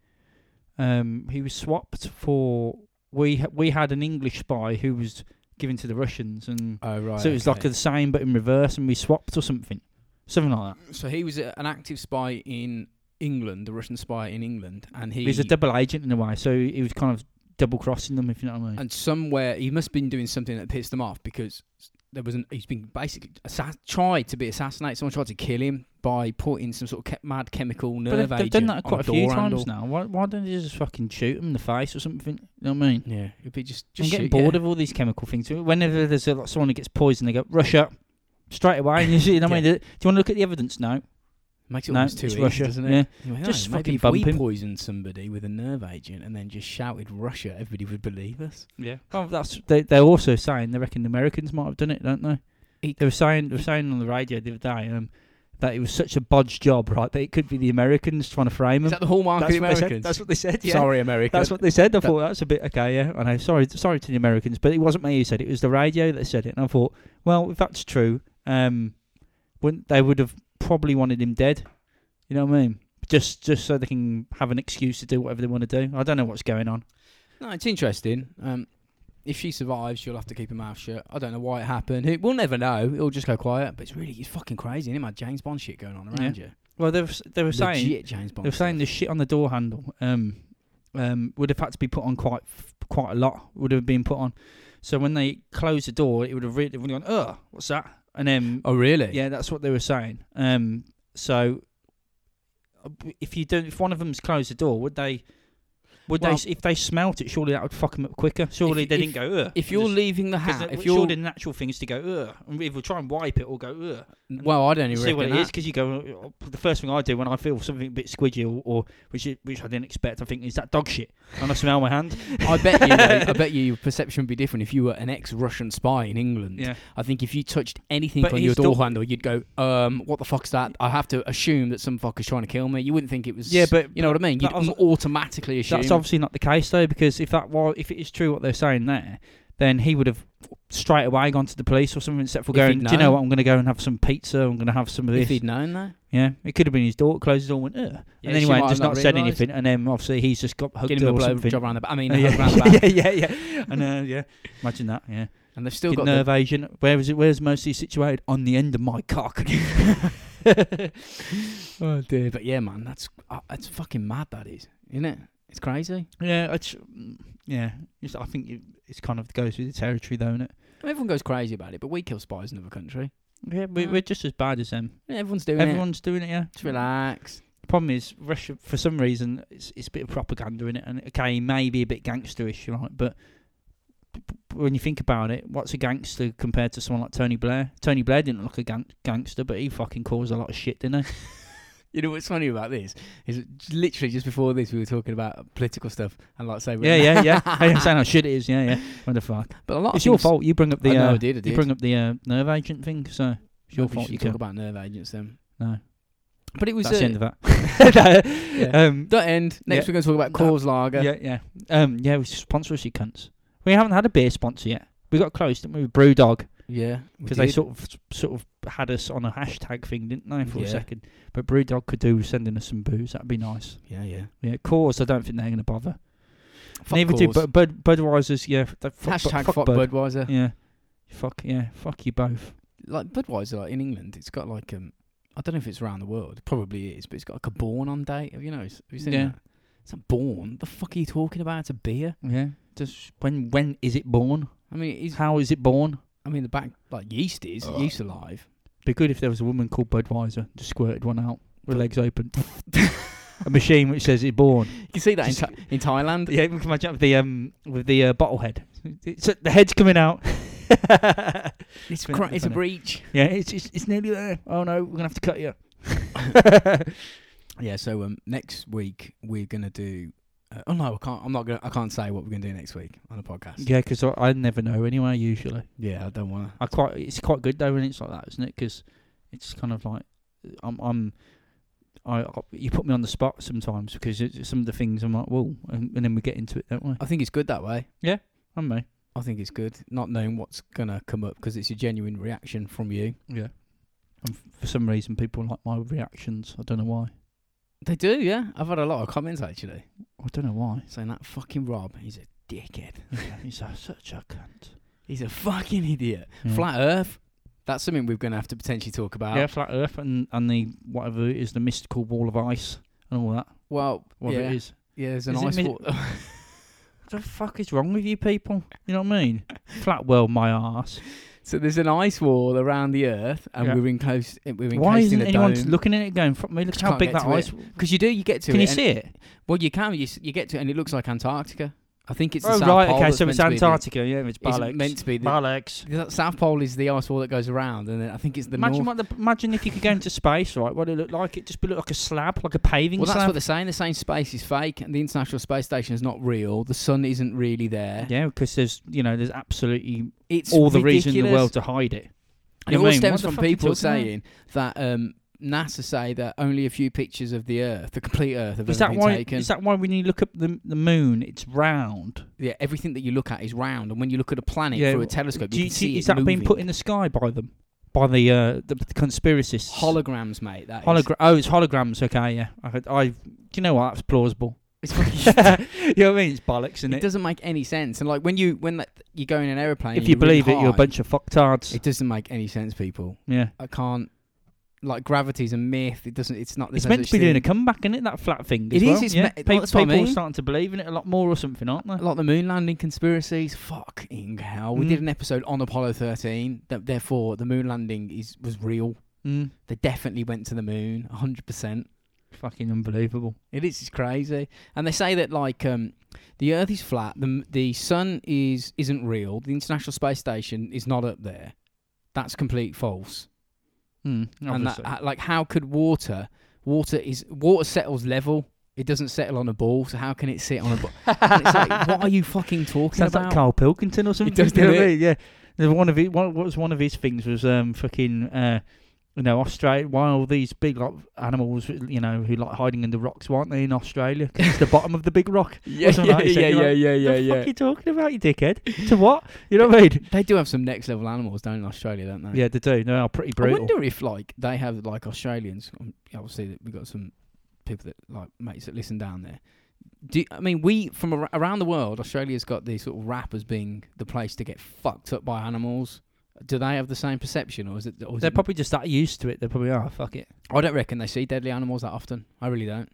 [SPEAKER 2] Um, he was swapped for we ha- we had an English spy who was given to the Russians, and
[SPEAKER 1] Oh right.
[SPEAKER 2] so it was like the same but in reverse, and we swapped or something, something like that.
[SPEAKER 1] so he was a, an active spy in England, a Russian spy in England, and he
[SPEAKER 2] He was a double agent in a way, so he was kind of double crossing them, if you know what I mean.
[SPEAKER 1] and somewhere he must have been doing something that pissed them off because there was an he's been basically assa- tried to be assassinated. Someone tried to kill him by putting some sort of ke- mad chemical nerve
[SPEAKER 2] but they've, they've
[SPEAKER 1] agent
[SPEAKER 2] done that
[SPEAKER 1] on
[SPEAKER 2] quite a few
[SPEAKER 1] door
[SPEAKER 2] times
[SPEAKER 1] handle.
[SPEAKER 2] now. Why why don't they just fucking shoot him in the face or something? You know what I mean?
[SPEAKER 1] Yeah, it'd be just
[SPEAKER 2] I'm
[SPEAKER 1] just
[SPEAKER 2] getting
[SPEAKER 1] shoot-
[SPEAKER 2] bored
[SPEAKER 1] yeah.
[SPEAKER 2] of all these chemical things. Whenever there's a, like, someone who gets poisoned, they go rush up straight away. And you, see, you know what I mean? Do you want to look at the evidence? No,
[SPEAKER 1] Makes it
[SPEAKER 2] no,
[SPEAKER 1] almost too
[SPEAKER 2] it's
[SPEAKER 1] easy,
[SPEAKER 2] Russia.
[SPEAKER 1] doesn't it?
[SPEAKER 2] Yeah.
[SPEAKER 1] You know,
[SPEAKER 2] Just
[SPEAKER 1] maybe
[SPEAKER 2] fucking
[SPEAKER 1] if
[SPEAKER 2] bump
[SPEAKER 1] we
[SPEAKER 2] him.
[SPEAKER 1] poisoned somebody with a nerve agent and then just shouted Russia, everybody would believe us.
[SPEAKER 2] Yeah. Well, Oh, that's they. They're also saying they reckon the Americans might have done it, don't they?
[SPEAKER 1] It-
[SPEAKER 2] they were saying they were saying on the radio the other day um, that it was such a bodge job, right? That it could be the Americans trying to frame them.
[SPEAKER 1] Is that the hallmark
[SPEAKER 2] that's,
[SPEAKER 1] of the
[SPEAKER 2] what they said,
[SPEAKER 1] Americans?
[SPEAKER 2] that's what they said. Yeah.
[SPEAKER 1] Sorry, America.
[SPEAKER 2] That's what they said. I
[SPEAKER 1] That-
[SPEAKER 2] thought that's a bit okay, yeah. And I sorry, sorry to the Americans, but it wasn't me who said it. It was the radio that said it. And I thought, well, if that's true, um, wouldn't they would have probably wanted him dead? You know what I mean? just just so they can have an excuse to do whatever they want to do. I don't know what's going on.
[SPEAKER 1] No, it's interesting. Um, if she survives, you'll have to keep her mouth shut. I don't know why it happened. It, we'll never know. It'll just go quiet. But it's really it's fucking crazy, isn't it? Man? James Bond shit going on around you.
[SPEAKER 2] Well, they were s- they were saying
[SPEAKER 1] Legit James Bond.
[SPEAKER 2] They were saying the
[SPEAKER 1] stuff.
[SPEAKER 2] shit on the door handle um, um, would have had to be put on quite f- quite a lot. Would have been put on. So when they closed the door, it would have really, really gone. Oh, what's that? And then
[SPEAKER 1] Oh really?
[SPEAKER 2] yeah, that's what they were saying. Um, so uh, if you don't, if one of them's closed the door, would they? Would
[SPEAKER 1] Well-
[SPEAKER 2] they? If they smelt it, surely that would fuck them up quicker. Surely
[SPEAKER 1] If-
[SPEAKER 2] they
[SPEAKER 1] if-
[SPEAKER 2] didn't go. Ugh.
[SPEAKER 1] If you're
[SPEAKER 2] Just-
[SPEAKER 1] leaving the
[SPEAKER 2] 'cause
[SPEAKER 1] house,
[SPEAKER 2] the-
[SPEAKER 1] if
[SPEAKER 2] surely
[SPEAKER 1] you're
[SPEAKER 2] the natural thing is to go. Ugh. And if we try and wipe it or go. Ugh.
[SPEAKER 1] well, I don't
[SPEAKER 2] You
[SPEAKER 1] even
[SPEAKER 2] see what
[SPEAKER 1] reckon
[SPEAKER 2] it
[SPEAKER 1] that.
[SPEAKER 2] is because you go. "Oh," The first thing I do when I feel something a bit squidgy or, or which is, which I didn't expect, I think is that dog shit, and I smell my hand.
[SPEAKER 1] I bet you, mate, I bet you, your perception would be different if you were an ex-Russian spy in England.
[SPEAKER 2] Yeah,
[SPEAKER 1] I think if you touched anything
[SPEAKER 2] But
[SPEAKER 1] on your
[SPEAKER 2] he's
[SPEAKER 1] door
[SPEAKER 2] still-
[SPEAKER 1] handle, you'd go, "Um, what the fuck's that?" I have to assume that some fucker's trying to kill me. You wouldn't think it was.
[SPEAKER 2] Yeah, but-
[SPEAKER 1] you know what I mean. You'd
[SPEAKER 2] that was-
[SPEAKER 1] automatically assume.
[SPEAKER 2] that's obviously not the case though, because if that was if it is true what they're saying there, then he would have straight away gone to the police or something instead for
[SPEAKER 1] If he'd
[SPEAKER 2] going. Do you know
[SPEAKER 1] known.
[SPEAKER 2] what? I'm going to go and have some pizza. I'm going to have some of
[SPEAKER 1] if
[SPEAKER 2] this.
[SPEAKER 1] he'd known though.
[SPEAKER 2] Yeah, it could have been his daughter closed the door, and went Ugh.
[SPEAKER 1] Yeah,
[SPEAKER 2] and
[SPEAKER 1] she
[SPEAKER 2] anyway,
[SPEAKER 1] might
[SPEAKER 2] just
[SPEAKER 1] have
[SPEAKER 2] not,
[SPEAKER 1] not
[SPEAKER 2] said
[SPEAKER 1] realised.
[SPEAKER 2] anything, and then obviously he's just got hugged
[SPEAKER 1] Give him a
[SPEAKER 2] or
[SPEAKER 1] blow
[SPEAKER 2] something.
[SPEAKER 1] job around the back. I mean,
[SPEAKER 2] Uh, yeah,
[SPEAKER 1] hug around the back.
[SPEAKER 2] yeah, yeah, yeah, and uh, yeah. Imagine that. Yeah.
[SPEAKER 1] And they've still got
[SPEAKER 2] Fucking
[SPEAKER 1] the
[SPEAKER 2] nerve agent. Where is it? Where's mostly situated? On the end of my cock.
[SPEAKER 1] Oh dear, but yeah, man, that's uh, that's fucking mad. That is, isn't it? It's crazy.
[SPEAKER 2] yeah, I ch- mm, yeah. It's, I think it, it's kind of goes with the territory, though, isn't it?
[SPEAKER 1] I mean, everyone goes crazy about it, but we kill spies in another country.
[SPEAKER 2] Yeah, we,
[SPEAKER 1] Mm.
[SPEAKER 2] we're just as bad as them.
[SPEAKER 1] Yeah, everyone's doing it.
[SPEAKER 2] Everyone's doing it. Yeah,
[SPEAKER 1] Just relax.
[SPEAKER 2] The problem is Russia. For some reason, it's it's a bit of propaganda in it, and okay, maybe a bit gangsterish, right? But b- b- when you think about it, what's a gangster compared to someone like Tony Blair? Tony Blair didn't look a gang- gangster, but he fucking caused a lot of shit, didn't he?
[SPEAKER 1] You know what's funny about this is j- literally just before this we were talking about political stuff and like say
[SPEAKER 2] yeah, yeah, yeah. I understand how shit it is. Yeah, yeah. What the fuck.
[SPEAKER 1] But a lot.
[SPEAKER 2] It's
[SPEAKER 1] of
[SPEAKER 2] your
[SPEAKER 1] things-
[SPEAKER 2] fault. You bring up the.
[SPEAKER 1] I know,
[SPEAKER 2] uh,
[SPEAKER 1] I did, I did.
[SPEAKER 2] You bring up the uh, nerve agent thing, so it's your
[SPEAKER 1] Maybe we
[SPEAKER 2] fault.
[SPEAKER 1] should
[SPEAKER 2] You
[SPEAKER 1] talk
[SPEAKER 2] can.
[SPEAKER 1] about nerve agents then.
[SPEAKER 2] No,
[SPEAKER 1] But it was
[SPEAKER 2] that's
[SPEAKER 1] uh,
[SPEAKER 2] the end of that. Um,
[SPEAKER 1] Don't end. Next
[SPEAKER 2] Yeah.
[SPEAKER 1] we're going to talk about
[SPEAKER 2] That-
[SPEAKER 1] Coors Lager.
[SPEAKER 2] yeah, yeah, um, yeah. We sponsor us, you cunts. We haven't had a beer sponsor yet. We got close, didn't we? With Brewdog
[SPEAKER 1] yeah. we
[SPEAKER 2] because they
[SPEAKER 1] did.
[SPEAKER 2] sort of sort of had us on a hashtag thing, didn't they? For
[SPEAKER 1] Yeah.
[SPEAKER 2] a second, but Brewdog could do with sending us some booze. That'd be nice.
[SPEAKER 1] Yeah, yeah.
[SPEAKER 2] Yeah, Coors. I don't think they're going to bother.
[SPEAKER 1] Fuck
[SPEAKER 2] Neither do
[SPEAKER 1] Coors.
[SPEAKER 2] Bud, Bud Budweiser's. Yeah, they- fuck, Bud-
[SPEAKER 1] Hashtag
[SPEAKER 2] fuck
[SPEAKER 1] fuck
[SPEAKER 2] Bud.
[SPEAKER 1] Budweiser.
[SPEAKER 2] Yeah, fuck yeah, fuck you both.
[SPEAKER 1] Like Budweiser, like in England, it's got like um, I don't know if it's around the world. It probably is, but it's got like a born on date. Have you noticed? Have you seen
[SPEAKER 2] Yeah.
[SPEAKER 1] that? It's a born. The fuck are you talking about? It's a beer.
[SPEAKER 2] Yeah. Just when when is it born?
[SPEAKER 1] I mean, it's,
[SPEAKER 2] How is it born?
[SPEAKER 1] I mean the back like yeast is
[SPEAKER 2] Ugh.
[SPEAKER 1] yeast alive.
[SPEAKER 2] Be good if there was a woman called Budweiser just squirted one out with legs open. a machine which says it's born.
[SPEAKER 1] You see that in,
[SPEAKER 2] Just-
[SPEAKER 1] Tha- in Thailand?
[SPEAKER 2] Yeah, we can imagine with the um with the uh, bottle head. It's, the head's coming out.
[SPEAKER 1] It's,
[SPEAKER 2] Fin-
[SPEAKER 1] cra- it's a
[SPEAKER 2] funny.
[SPEAKER 1] breach.
[SPEAKER 2] yeah, it's, it's it's nearly there. Oh no, we're gonna have to cut you.
[SPEAKER 1] Yeah. So um, next week we're gonna do. Uh, oh no, I can't. I'm not gonna. I can't say what we're gonna do next week on the podcast.
[SPEAKER 2] yeah, because I, I never know anyway. Usually,
[SPEAKER 1] Yeah, I don't wanna.
[SPEAKER 2] I quite it's quite good though when it's like that, isn't it? Because it's kind of like I'm I'm I, I you put me on the spot sometimes because it's, some of the things I'm like, whoa, and, and then we get into it, don't we?
[SPEAKER 1] I think it's good that way.
[SPEAKER 2] I'm me.
[SPEAKER 1] I think it's good not knowing what's gonna come up because it's a genuine reaction from you.
[SPEAKER 2] Yeah. And f- for some reason, people like my reactions. I don't know why.
[SPEAKER 1] They do, yeah. I've had a lot of comments actually
[SPEAKER 2] I don't know why.
[SPEAKER 1] saying that fucking Rob, he's a dickhead.
[SPEAKER 2] He's a, such a cunt.
[SPEAKER 1] He's a fucking idiot.
[SPEAKER 2] Yeah.
[SPEAKER 1] Flat Earth. That's something we're gonna have to potentially talk about.
[SPEAKER 2] Yeah, flat Earth and and the whatever it is the mystical wall of ice and all that.
[SPEAKER 1] Well,
[SPEAKER 2] Whatever
[SPEAKER 1] yeah.
[SPEAKER 2] it is.
[SPEAKER 1] Yeah, there's an
[SPEAKER 2] Is it
[SPEAKER 1] ice
[SPEAKER 2] mi-
[SPEAKER 1] wall.
[SPEAKER 2] What the fuck is wrong with you people? You know what I mean? flat world, my ass.
[SPEAKER 1] so there's an ice wall around the Earth, and
[SPEAKER 2] Yeah.
[SPEAKER 1] we're enclosed. We're encased
[SPEAKER 2] Why isn't
[SPEAKER 1] in a
[SPEAKER 2] anyone
[SPEAKER 1] dome.
[SPEAKER 2] looking at it going, fuck me, look
[SPEAKER 1] Just
[SPEAKER 2] how
[SPEAKER 1] can't
[SPEAKER 2] big
[SPEAKER 1] get
[SPEAKER 2] that
[SPEAKER 1] to it.
[SPEAKER 2] ice.
[SPEAKER 1] Because you do, you get to
[SPEAKER 2] Can
[SPEAKER 1] it.
[SPEAKER 2] you
[SPEAKER 1] and-
[SPEAKER 2] see it?
[SPEAKER 1] Well, you can. You, s- you get to it, and it looks like Antarctica. I think it's the
[SPEAKER 2] oh,
[SPEAKER 1] South
[SPEAKER 2] right,
[SPEAKER 1] Pole
[SPEAKER 2] okay,
[SPEAKER 1] that's
[SPEAKER 2] so
[SPEAKER 1] meant
[SPEAKER 2] it's
[SPEAKER 1] to be the-
[SPEAKER 2] Antarctica, yeah, it's
[SPEAKER 1] It's
[SPEAKER 2] bollocks.
[SPEAKER 1] meant to be the,
[SPEAKER 2] bollocks.
[SPEAKER 1] the South Pole is the ice wall that goes around, and then I think it's the
[SPEAKER 2] Imagine
[SPEAKER 1] north.
[SPEAKER 2] what the, imagine if you could go into space, right? What it look like? It just be look like a slab, like a paving
[SPEAKER 1] well, that's what
[SPEAKER 2] slab.
[SPEAKER 1] they're saying. They're saying space is fake, and the International Space Station is not real. The sun isn't really there.
[SPEAKER 2] yeah, because there's you know there's absolutely
[SPEAKER 1] It's
[SPEAKER 2] all the
[SPEAKER 1] ridiculous.
[SPEAKER 2] reason in the world to hide
[SPEAKER 1] And
[SPEAKER 2] it.
[SPEAKER 1] it
[SPEAKER 2] You know
[SPEAKER 1] all
[SPEAKER 2] what I mean?
[SPEAKER 1] stems
[SPEAKER 2] What the
[SPEAKER 1] from
[SPEAKER 2] fuck are you
[SPEAKER 1] people
[SPEAKER 2] talking about?
[SPEAKER 1] saying that um, NASA say that only a few pictures of the Earth, the complete Earth, have
[SPEAKER 2] Is
[SPEAKER 1] ever
[SPEAKER 2] that
[SPEAKER 1] been
[SPEAKER 2] why?
[SPEAKER 1] taken.
[SPEAKER 2] Is that why when you look up the the moon, it's round?
[SPEAKER 1] yeah, everything that you look at is round, and when you look at a planet
[SPEAKER 2] Yeah,
[SPEAKER 1] through a
[SPEAKER 2] well,
[SPEAKER 1] telescope,
[SPEAKER 2] Do
[SPEAKER 1] you
[SPEAKER 2] you-
[SPEAKER 1] can see it
[SPEAKER 2] is that being
[SPEAKER 1] moving.
[SPEAKER 2] put in the sky by them? by the uh, the the conspiracists.
[SPEAKER 1] Holograms, mate. That is.
[SPEAKER 2] Hologra- oh, it's holograms. Okay, yeah. I, could- I, do you know what? That's plausible.
[SPEAKER 1] It's
[SPEAKER 2] you
[SPEAKER 1] fucking-
[SPEAKER 2] know what I mean? It's bollocks, isn't
[SPEAKER 1] it
[SPEAKER 2] it?
[SPEAKER 1] doesn't make any sense. And like when you when that, you go in an aeroplane,
[SPEAKER 2] If you believe it, you're a bunch of fucktards.
[SPEAKER 1] It doesn't make any sense, people.
[SPEAKER 2] yeah.
[SPEAKER 1] I can't. Like gravity's a myth. It doesn't. It's not. there's
[SPEAKER 2] It's
[SPEAKER 1] no
[SPEAKER 2] meant to
[SPEAKER 1] such
[SPEAKER 2] be doing a
[SPEAKER 1] thing.
[SPEAKER 2] comeback, isn't it? That flat thing.
[SPEAKER 1] It
[SPEAKER 2] As
[SPEAKER 1] is,
[SPEAKER 2] well.
[SPEAKER 1] it's
[SPEAKER 2] yeah.
[SPEAKER 1] me-
[SPEAKER 2] Pe-
[SPEAKER 1] well,
[SPEAKER 2] people
[SPEAKER 1] that's what I
[SPEAKER 2] are
[SPEAKER 1] mean.
[SPEAKER 2] starting to believe in it a lot more or something, aren't they?
[SPEAKER 1] like the moon landing conspiracies. Fucking hell! We
[SPEAKER 2] Mm.
[SPEAKER 1] did an episode on Apollo 13. That therefore the moon landing is was real.
[SPEAKER 2] Mm.
[SPEAKER 1] They definitely went to the moon. 100. percent
[SPEAKER 2] Fucking unbelievable.
[SPEAKER 1] It is. It's crazy. And they say that like um, the Earth is flat. The m- the sun is isn't real. The International Space Station is not up there. That's complete false.
[SPEAKER 2] Mm.
[SPEAKER 1] and that,
[SPEAKER 2] obviously.
[SPEAKER 1] h- like how could water water is water settles level it doesn't settle on a ball so how can it sit on a ball it's like what are you fucking talking
[SPEAKER 2] Sounds
[SPEAKER 1] about
[SPEAKER 2] like Carl Pilkington or something.
[SPEAKER 1] does,
[SPEAKER 2] you know
[SPEAKER 1] doesn't
[SPEAKER 2] what I mean? Yeah. There's One of his, one, what was one of his things was um fucking uh you know Australia. Why all these big like animals you know who like hiding under rocks? Why aren't they in Australia? 'Cause it's the bottom of the big rock.
[SPEAKER 1] yeah,
[SPEAKER 2] something like that, you said, you're like,
[SPEAKER 1] yeah
[SPEAKER 2] the fuck are you talking about, you dickhead? to what? You know what I mean?
[SPEAKER 1] they do have some next level animals down in australia don't they
[SPEAKER 2] Yeah, they do. No, pretty
[SPEAKER 1] i
[SPEAKER 2] brutal.
[SPEAKER 1] wonder if like they have like australians um, obviously that we've got some people that like mates that listen down there do i mean we from ar- around the world australia's got the sort of rap as being the place to get fucked up by animals do they have the same perception or is it or is
[SPEAKER 2] They're
[SPEAKER 1] it
[SPEAKER 2] probably just that used to it. They probably are. Fuck it.
[SPEAKER 1] I don't reckon they see deadly animals that often. I really don't.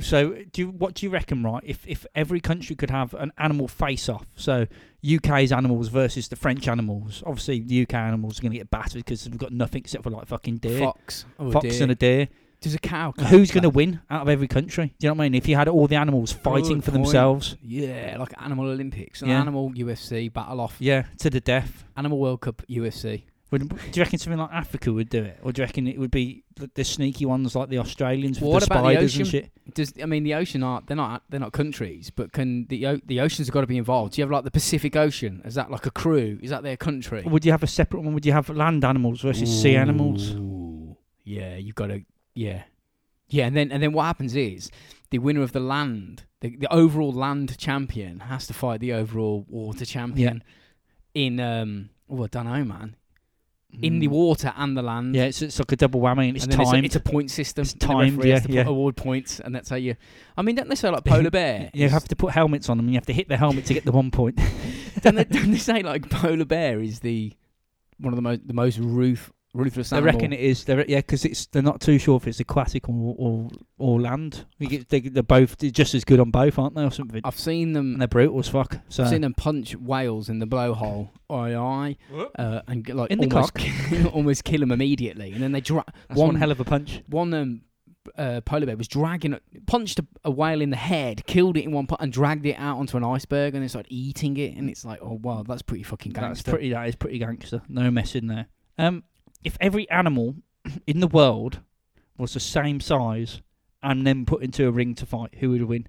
[SPEAKER 2] So, do you, what do you reckon, right? If if every country could have an animal face-off, so UK's animals versus the French animals, obviously the UK animals are going to get battered because we've got nothing except for like fucking deer,
[SPEAKER 1] Fox, oh,
[SPEAKER 2] fox
[SPEAKER 1] deer.
[SPEAKER 2] and a deer.
[SPEAKER 1] Does a cow.
[SPEAKER 2] Who's going to win out of every country? Do you know what I mean? If you had all the animals fighting
[SPEAKER 1] Good
[SPEAKER 2] for
[SPEAKER 1] point.
[SPEAKER 2] themselves,
[SPEAKER 1] Yeah, like Animal Olympics, an
[SPEAKER 2] Yeah.
[SPEAKER 1] Animal UFC battle off,
[SPEAKER 2] yeah, to the death.
[SPEAKER 1] Animal World Cup UFC.
[SPEAKER 2] Would, do you reckon something like Africa would do it, or do you reckon it would be the, the sneaky ones like the Australians with
[SPEAKER 1] What
[SPEAKER 2] the
[SPEAKER 1] about the
[SPEAKER 2] spiders and
[SPEAKER 1] ocean?
[SPEAKER 2] shit?
[SPEAKER 1] Does I mean the ocean aren't they're not they're not countries, but can the o- the oceans have got to be involved? Do you have like the Pacific Ocean? Is that like a crew? Is that their country?
[SPEAKER 2] Would you have a separate one? Would you have land animals versus sea animals?
[SPEAKER 1] Ooh. Yeah, you've got to. Yeah, yeah, and then and then what happens is the winner of the land, the, the overall land champion, has to fight the overall water champion. In um, oh, I don't know, man. In the
[SPEAKER 2] Mm.
[SPEAKER 1] water and the land.
[SPEAKER 2] Yeah, it's, it's like a double whammy, and it's
[SPEAKER 1] and then
[SPEAKER 2] timed.
[SPEAKER 1] It's a, it's a point system.
[SPEAKER 2] It's
[SPEAKER 1] and the
[SPEAKER 2] timed,
[SPEAKER 1] referee has
[SPEAKER 2] yeah,
[SPEAKER 1] to
[SPEAKER 2] yeah.
[SPEAKER 1] put award points, and that's how you. I mean, don't they say like polar bear?
[SPEAKER 2] you
[SPEAKER 1] is-
[SPEAKER 2] have to put helmets on them, and you have to hit the helmet to get the one point.
[SPEAKER 1] don't, they, don't they say like polar bear is the one of the most the most ruth, ruthless?
[SPEAKER 2] I
[SPEAKER 1] animal?
[SPEAKER 2] reckon it is. They're, yeah, because it's they're not too sure if it's aquatic or or, or land. You get- They, they're both they're just as good on both, aren't they, or something?
[SPEAKER 1] I've seen them
[SPEAKER 2] And they're brutal as fuck. So
[SPEAKER 1] I've seen them punch whales in the blowhole, aye aye, uh, and get, like
[SPEAKER 2] In the
[SPEAKER 1] almost, almost kill them immediately. And then they dra-
[SPEAKER 2] that's one,
[SPEAKER 1] one-
[SPEAKER 2] hell of a punch.
[SPEAKER 1] one um, uh, polar bear was dragging, punched a, a whale in the head, killed it in one part, and dragged it out onto an iceberg, and it's like eating it, and it's like, oh wow, that's pretty fucking
[SPEAKER 2] That's
[SPEAKER 1] gangster.
[SPEAKER 2] pretty. That is pretty gangster. No mess in there. Um, if every animal in the world was the same size and then put into a ring to fight, who would win?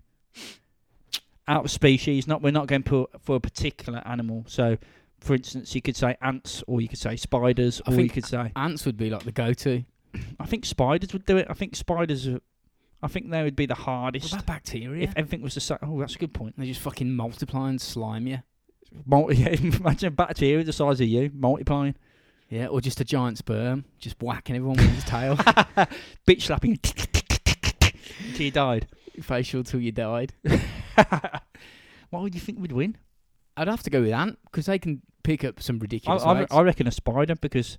[SPEAKER 2] Out of species, not we're not going for for a particular animal. So, for instance, you could say ants, or you could say spiders,
[SPEAKER 1] I
[SPEAKER 2] or you
[SPEAKER 1] think-
[SPEAKER 2] could say.
[SPEAKER 1] Ants would be like the go-to.
[SPEAKER 2] I think spiders would do it. I think spiders. Are, I think they would be the
[SPEAKER 1] What
[SPEAKER 2] hardest.
[SPEAKER 1] about bacteria?
[SPEAKER 2] If everything was the same, oh, that's a good point.
[SPEAKER 1] they just fucking multiply and slime you.
[SPEAKER 2] Multi- yeah, imagine a bacteria the size of you multiplying.
[SPEAKER 1] Yeah, or just a giant sperm, just whacking everyone with his tail,
[SPEAKER 2] bitch slapping until you died.
[SPEAKER 1] facial till you died.
[SPEAKER 2] what would you think would win?
[SPEAKER 1] I'd have to go with ant because they can pick up some
[SPEAKER 2] I,
[SPEAKER 1] ridiculous.
[SPEAKER 2] I,
[SPEAKER 1] weights.
[SPEAKER 2] I reckon a spider because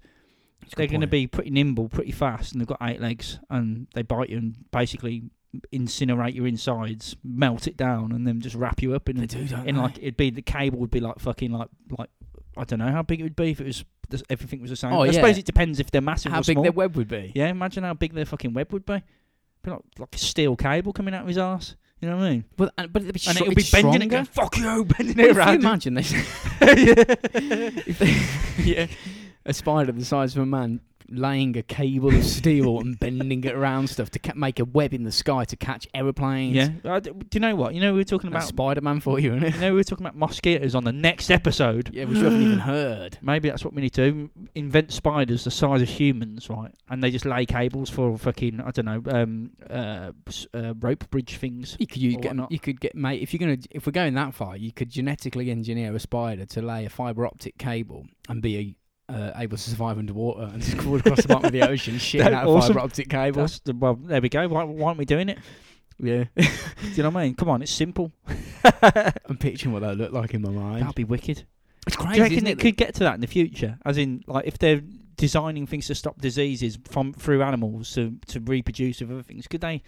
[SPEAKER 1] It's a
[SPEAKER 2] they're
[SPEAKER 1] good
[SPEAKER 2] going to
[SPEAKER 1] point.
[SPEAKER 2] be pretty nimble, pretty fast, and they've got eight legs, and they bite you and basically incinerate your insides, melt it down, and then just wrap you up in
[SPEAKER 1] They do, don't
[SPEAKER 2] in
[SPEAKER 1] they?
[SPEAKER 2] like it'd be the cable would be like fucking like like I don't know how big it would be if it was this, everything was the same.
[SPEAKER 1] Oh,
[SPEAKER 2] I
[SPEAKER 1] yeah.
[SPEAKER 2] suppose it depends if they're massive
[SPEAKER 1] how
[SPEAKER 2] or
[SPEAKER 1] big
[SPEAKER 2] small.
[SPEAKER 1] their web would be.
[SPEAKER 2] Yeah, imagine how big their fucking web would be. Be like, like a steel cable coming out of his ass. You know what I mean?
[SPEAKER 1] But and, but it'd be,
[SPEAKER 2] And
[SPEAKER 1] str-
[SPEAKER 2] it'll be
[SPEAKER 1] it's
[SPEAKER 2] bending it,
[SPEAKER 1] stronger.
[SPEAKER 2] going, fuck you, bending
[SPEAKER 1] Well,
[SPEAKER 2] it
[SPEAKER 1] if you
[SPEAKER 2] around.
[SPEAKER 1] imagine this, if they, yeah, a spider the size of a man laying a cable of steel and bending it around stuff to ca- make a web in the sky to catch aeroplanes.
[SPEAKER 2] yeah. I d- do you know what? You know we were talking
[SPEAKER 1] that's
[SPEAKER 2] about.
[SPEAKER 1] Spider Man for you, isn't it?
[SPEAKER 2] you know we were talking about mosquitoes on the next episode.
[SPEAKER 1] Yeah, which you haven't even heard.
[SPEAKER 2] Maybe that's what we need to do. invent spiders the size of humans, right? And they just lay cables for fucking I don't know um, uh, s- uh, rope bridge things.
[SPEAKER 1] You could you
[SPEAKER 2] Or
[SPEAKER 1] get
[SPEAKER 2] whatnot.
[SPEAKER 1] you could get mate if you're gonna if we're going that far, you could genetically engineer a spider to lay a fiber optic cable and be uh, able to survive underwater and just crawled across the bottom of the ocean, shitting out
[SPEAKER 2] Awesome.
[SPEAKER 1] fibre optic cables.
[SPEAKER 2] That's the, well, there we go. Why, why aren't we doing it?
[SPEAKER 1] yeah,
[SPEAKER 2] Do you know what I mean? Come on, it's simple.
[SPEAKER 1] I'm picturing what that looked like in my mind.
[SPEAKER 2] That'd be wicked.
[SPEAKER 1] It's
[SPEAKER 2] Do you
[SPEAKER 1] crazy,
[SPEAKER 2] reckon
[SPEAKER 1] isn't
[SPEAKER 2] it
[SPEAKER 1] it?
[SPEAKER 2] could get to that in the future? As in, like, if they're designing things to stop diseases from through animals to, to reproduce with other things, could they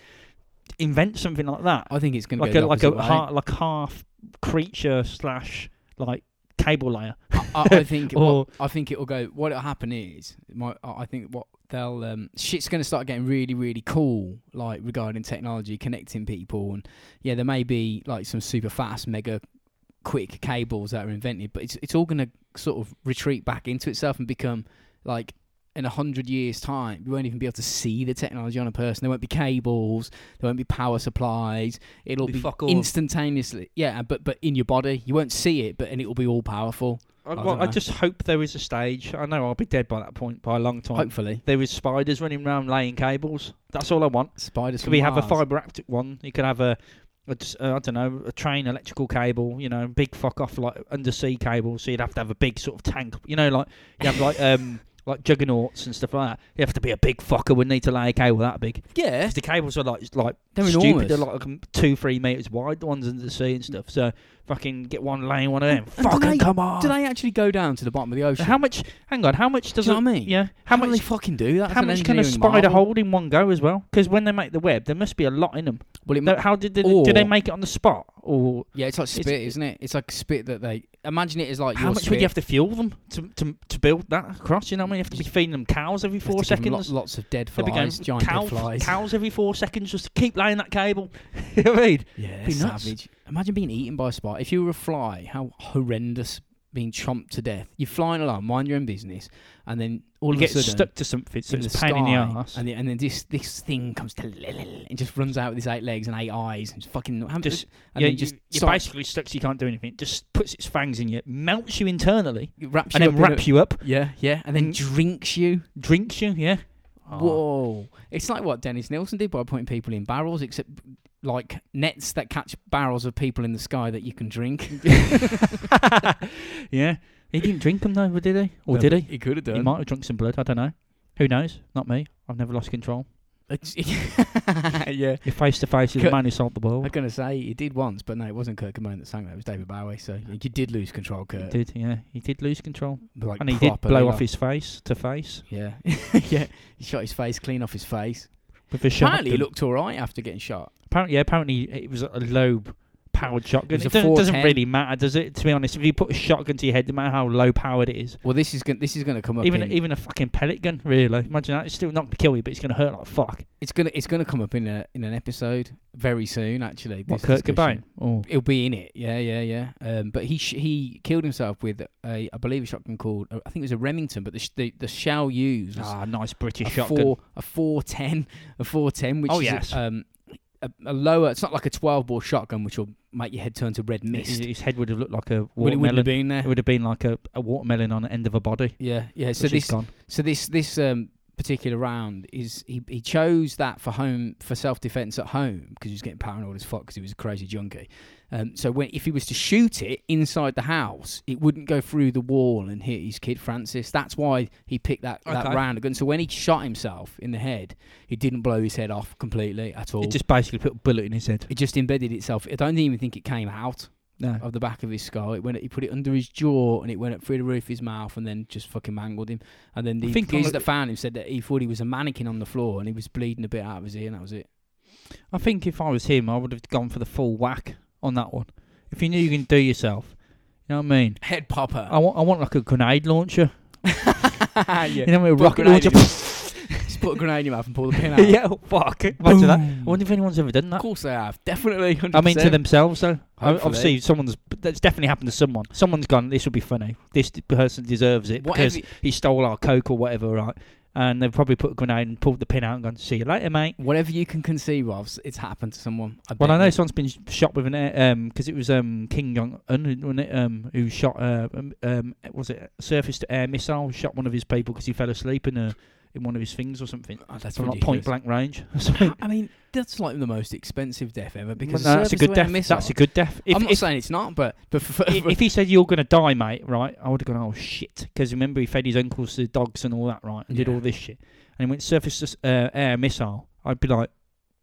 [SPEAKER 2] invent something like that?
[SPEAKER 1] I think it's going to
[SPEAKER 2] Like
[SPEAKER 1] go
[SPEAKER 2] a
[SPEAKER 1] the
[SPEAKER 2] like a
[SPEAKER 1] opposite way.
[SPEAKER 2] half, like half creature slash like cable layer.
[SPEAKER 1] I, I think
[SPEAKER 2] Or-
[SPEAKER 1] what, I think it'll go. What'll happen is, my, I I think what they'll um, shit's going to start getting really, really cool, like regarding technology, connecting people, and yeah, there may be like some super fast, mega quick cables that are invented, but it's it's all going to sort of retreat back into itself and become like in a hundred years' time, you won't even be able to see the technology on a person. There won't be cables, there won't be power supplies. It'll
[SPEAKER 2] Be
[SPEAKER 1] be,
[SPEAKER 2] fuck all.
[SPEAKER 1] instantaneously, yeah, but but in your body, you won't see it, but and it'll be all powerful.
[SPEAKER 2] I,
[SPEAKER 1] don't
[SPEAKER 2] well, I
[SPEAKER 1] know.
[SPEAKER 2] just hope there is a stage. I know I'll be dead by that point by a long time.
[SPEAKER 1] Hopefully,
[SPEAKER 2] There is spiders running around laying cables. That's all I want.
[SPEAKER 1] spiders.
[SPEAKER 2] Could we
[SPEAKER 1] from
[SPEAKER 2] have
[SPEAKER 1] Mars.
[SPEAKER 2] a fibre optic one? You could have a, a dis- uh, I don't know, a train electrical cable. You know, big fuck off like undersea cable. So you'd have to have a big sort of tank. You know, like you have like um like juggernauts and stuff like that. You have to be a big fucker. Would need to lay a cable that big.
[SPEAKER 1] Yeah,
[SPEAKER 2] If the cables are like like
[SPEAKER 1] They're
[SPEAKER 2] stupid,
[SPEAKER 1] enormous.
[SPEAKER 2] they're like um, two three meters wide. The ones under the sea and stuff. So fucking get one laying one of them.
[SPEAKER 1] And do
[SPEAKER 2] Fucking
[SPEAKER 1] they-
[SPEAKER 2] come on.
[SPEAKER 1] do they actually go down to the bottom of the ocean?
[SPEAKER 2] how much? Hang on. How much does
[SPEAKER 1] Do you
[SPEAKER 2] it?
[SPEAKER 1] know what I mean?
[SPEAKER 2] Yeah. How,
[SPEAKER 1] do they
[SPEAKER 2] much?
[SPEAKER 1] fucking do that?
[SPEAKER 2] How
[SPEAKER 1] That's
[SPEAKER 2] much
[SPEAKER 1] an
[SPEAKER 2] can a
[SPEAKER 1] engineering
[SPEAKER 2] spider
[SPEAKER 1] marvel.
[SPEAKER 2] hold in one go as well? Because when they make the web, there must be a lot in them.
[SPEAKER 1] Well, it,
[SPEAKER 2] No,
[SPEAKER 1] ma-
[SPEAKER 2] how did they,
[SPEAKER 1] Or-
[SPEAKER 2] do they make it on the spot, or
[SPEAKER 1] yeah, it's like spit, isn't it? It's like spit that they imagine it is like
[SPEAKER 2] how
[SPEAKER 1] your
[SPEAKER 2] much
[SPEAKER 1] spit.
[SPEAKER 2] would you have to fuel them to, to to build that across? You know what I mean? You have to be feeding them cows every
[SPEAKER 1] You
[SPEAKER 2] four
[SPEAKER 1] have to give 'em lo-
[SPEAKER 2] seconds.
[SPEAKER 1] lots of dead
[SPEAKER 2] They'd be
[SPEAKER 1] flies,
[SPEAKER 2] going,
[SPEAKER 1] giant
[SPEAKER 2] cow,
[SPEAKER 1] dead flies.
[SPEAKER 2] cows every four seconds just to keep laying that cable. you know what I mean?
[SPEAKER 1] yeah,
[SPEAKER 2] be nuts.
[SPEAKER 1] savage. Imagine being eaten by a spider. If you were a fly, how horrendous being chomped to death. You're flying along, mind your own business, and then all
[SPEAKER 2] You
[SPEAKER 1] of
[SPEAKER 2] get
[SPEAKER 1] a sudden
[SPEAKER 2] stuck to something, so
[SPEAKER 1] in the
[SPEAKER 2] it's a pain in the
[SPEAKER 1] sky,
[SPEAKER 2] ass.
[SPEAKER 1] And, the, and then this this thing comes to and just runs out with his eight legs and eight eyes and fucking how-
[SPEAKER 2] Just-
[SPEAKER 1] and
[SPEAKER 2] yeah,
[SPEAKER 1] then just
[SPEAKER 2] you, you're
[SPEAKER 1] starts-
[SPEAKER 2] basically stuck. So you can't do anything. It Just puts its fangs in you, melts you internally,
[SPEAKER 1] it wraps
[SPEAKER 2] and
[SPEAKER 1] you
[SPEAKER 2] then
[SPEAKER 1] up in a-
[SPEAKER 2] wraps you up,
[SPEAKER 1] Yeah, yeah, and then
[SPEAKER 2] Mm. Oh.
[SPEAKER 1] drinks you.
[SPEAKER 2] drinks you. Yeah.
[SPEAKER 1] Whoa! It's like what Dennis Nielsen did by putting people in barrels, except like nets that catch barrels of people in the sky that you can drink.
[SPEAKER 2] yeah. He didn't drink them though, did he? Or did he?
[SPEAKER 1] He could have
[SPEAKER 2] He might have drunk some blood. I don't know. Who knows? Not me. I've never lost control.
[SPEAKER 1] yeah.
[SPEAKER 2] You're face to face with
[SPEAKER 1] Cut-
[SPEAKER 2] the man who sold the
[SPEAKER 1] I'm
[SPEAKER 2] world.
[SPEAKER 1] gonna say he did once, but no, it wasn't Kurt Cobain that sang that. It was David Bowie. So you did lose control,
[SPEAKER 2] He
[SPEAKER 1] Kurt.
[SPEAKER 2] did, yeah. He did lose control,
[SPEAKER 1] but, Like,
[SPEAKER 2] and he did
[SPEAKER 1] properly,
[SPEAKER 2] blow off
[SPEAKER 1] like-
[SPEAKER 2] his face to face
[SPEAKER 1] Yeah, yeah. He shot his face clean off his face.
[SPEAKER 2] with a shotgun.
[SPEAKER 1] Apparently, he looked all right after getting shot.
[SPEAKER 2] apparently, yeah, apparently it was a low powered shotgun.
[SPEAKER 1] was
[SPEAKER 2] It,
[SPEAKER 1] a
[SPEAKER 2] doesn't, doesn't
[SPEAKER 1] 410.
[SPEAKER 2] really matter, does it? To be honest, if you put a shotgun to your head, no matter how low powered it is,
[SPEAKER 1] Well, this is gonna this is gonna come up.
[SPEAKER 2] even
[SPEAKER 1] in,
[SPEAKER 2] even a fucking pellet gun, really. Imagine that. It's still not gonna kill you, but it's gonna hurt like fuck.
[SPEAKER 1] it's gonna it's gonna come up in a in an episode very soon. Actually,
[SPEAKER 2] What
[SPEAKER 1] this
[SPEAKER 2] Kurt
[SPEAKER 1] discussion.
[SPEAKER 2] Cobain? Oh,
[SPEAKER 1] It'll be in it. Yeah, yeah, yeah. Um, but he sh- he killed himself with a I believe a shotgun called uh, I think it was a Remington, but the sh- the, the shell used was
[SPEAKER 2] ah, nice British
[SPEAKER 1] a
[SPEAKER 2] shotgun.
[SPEAKER 1] four a four ten a four ten, which
[SPEAKER 2] Oh,
[SPEAKER 1] is
[SPEAKER 2] yes.
[SPEAKER 1] a, um a, a lower. It's not like a twelve bore shotgun, which will make your head turn to red
[SPEAKER 2] His,
[SPEAKER 1] mist.
[SPEAKER 2] his head would have looked like a
[SPEAKER 1] Well, it wouldn't
[SPEAKER 2] watermelon.
[SPEAKER 1] have been
[SPEAKER 2] It
[SPEAKER 1] there.
[SPEAKER 2] would have been like a, a watermelon on the end of a body.
[SPEAKER 1] Yeah, yeah. So
[SPEAKER 2] which is
[SPEAKER 1] this
[SPEAKER 2] gone.
[SPEAKER 1] So this this um, particular round is he, he chose that for home for self defense at home because he was getting paranoid as fuck because he was a crazy junkie. Um, so when if he was to shoot it inside the house, it wouldn't go through the wall and hit his kid Francis. That's why he picked that, that
[SPEAKER 2] Okay.
[SPEAKER 1] round of gun. So when he shot himself in the head, he didn't blow his head off completely at all.
[SPEAKER 2] It just basically put a bullet in his head.
[SPEAKER 1] it just embedded itself. I don't even think it came out
[SPEAKER 2] No.
[SPEAKER 1] of the back of his skull. It went. He put it under his jaw, and it went up through the roof of his mouth, and then just fucking mangled him. And then the
[SPEAKER 2] I think-
[SPEAKER 1] police that found him said that he thought he was a mannequin on the floor, and he was bleeding a bit out of his ear, and that was it.
[SPEAKER 2] I think if I was him, I would have gone for the full whack on that one. If you knew you can do yourself, you know what I mean.
[SPEAKER 1] Head popper.
[SPEAKER 2] I want, I want like a grenade launcher.
[SPEAKER 1] yeah.
[SPEAKER 2] You know, what I mean? a
[SPEAKER 1] Put a
[SPEAKER 2] rocket
[SPEAKER 1] grenade
[SPEAKER 2] launcher.
[SPEAKER 1] in Just put a grenade in your mouth and pull the pin out.
[SPEAKER 2] yeah, oh, fuck. Imagine that. I
[SPEAKER 1] Boom.
[SPEAKER 2] wonder if anyone's ever done
[SPEAKER 1] Of
[SPEAKER 2] that.
[SPEAKER 1] course they have. Definitely. 100%.
[SPEAKER 2] I mean, to themselves though. I-
[SPEAKER 1] Hopefully.
[SPEAKER 2] Obviously, someone's that's definitely happened to someone. Someone's gone. This would be funny. This d- person deserves it
[SPEAKER 1] Whatever-
[SPEAKER 2] because he stole our coke or whatever, right? And they've probably put a grenade and pulled the pin out and gone, "See you later, mate."
[SPEAKER 1] Whatever you can conceive of, it's happened to someone. I
[SPEAKER 2] Well,
[SPEAKER 1] bet
[SPEAKER 2] I know
[SPEAKER 1] you.
[SPEAKER 2] someone's been sh- shot with an air because it was um, King Jong Un, wasn't it? Um, who shot uh, um, um, was it surface to air missile? Shot one of his people because he fell asleep in a in one of his things or something.
[SPEAKER 1] Oh, that's
[SPEAKER 2] From like point
[SPEAKER 1] ridiculous.
[SPEAKER 2] blank range. So-
[SPEAKER 1] I mean, that's like the most expensive death ever because
[SPEAKER 2] No, that's a
[SPEAKER 1] service
[SPEAKER 2] good
[SPEAKER 1] away
[SPEAKER 2] death.
[SPEAKER 1] missile-
[SPEAKER 2] That's a good death. If,
[SPEAKER 1] I'm not
[SPEAKER 2] if,
[SPEAKER 1] saying it's not, but but for,
[SPEAKER 2] i- if he said you're gonna die, mate, right? I would have gone, oh shit, because remember he fed his uncles to the dogs and all that, right? And did
[SPEAKER 1] Yeah.
[SPEAKER 2] all this shit, and he went surface to s- uh, air missile. I'd be like,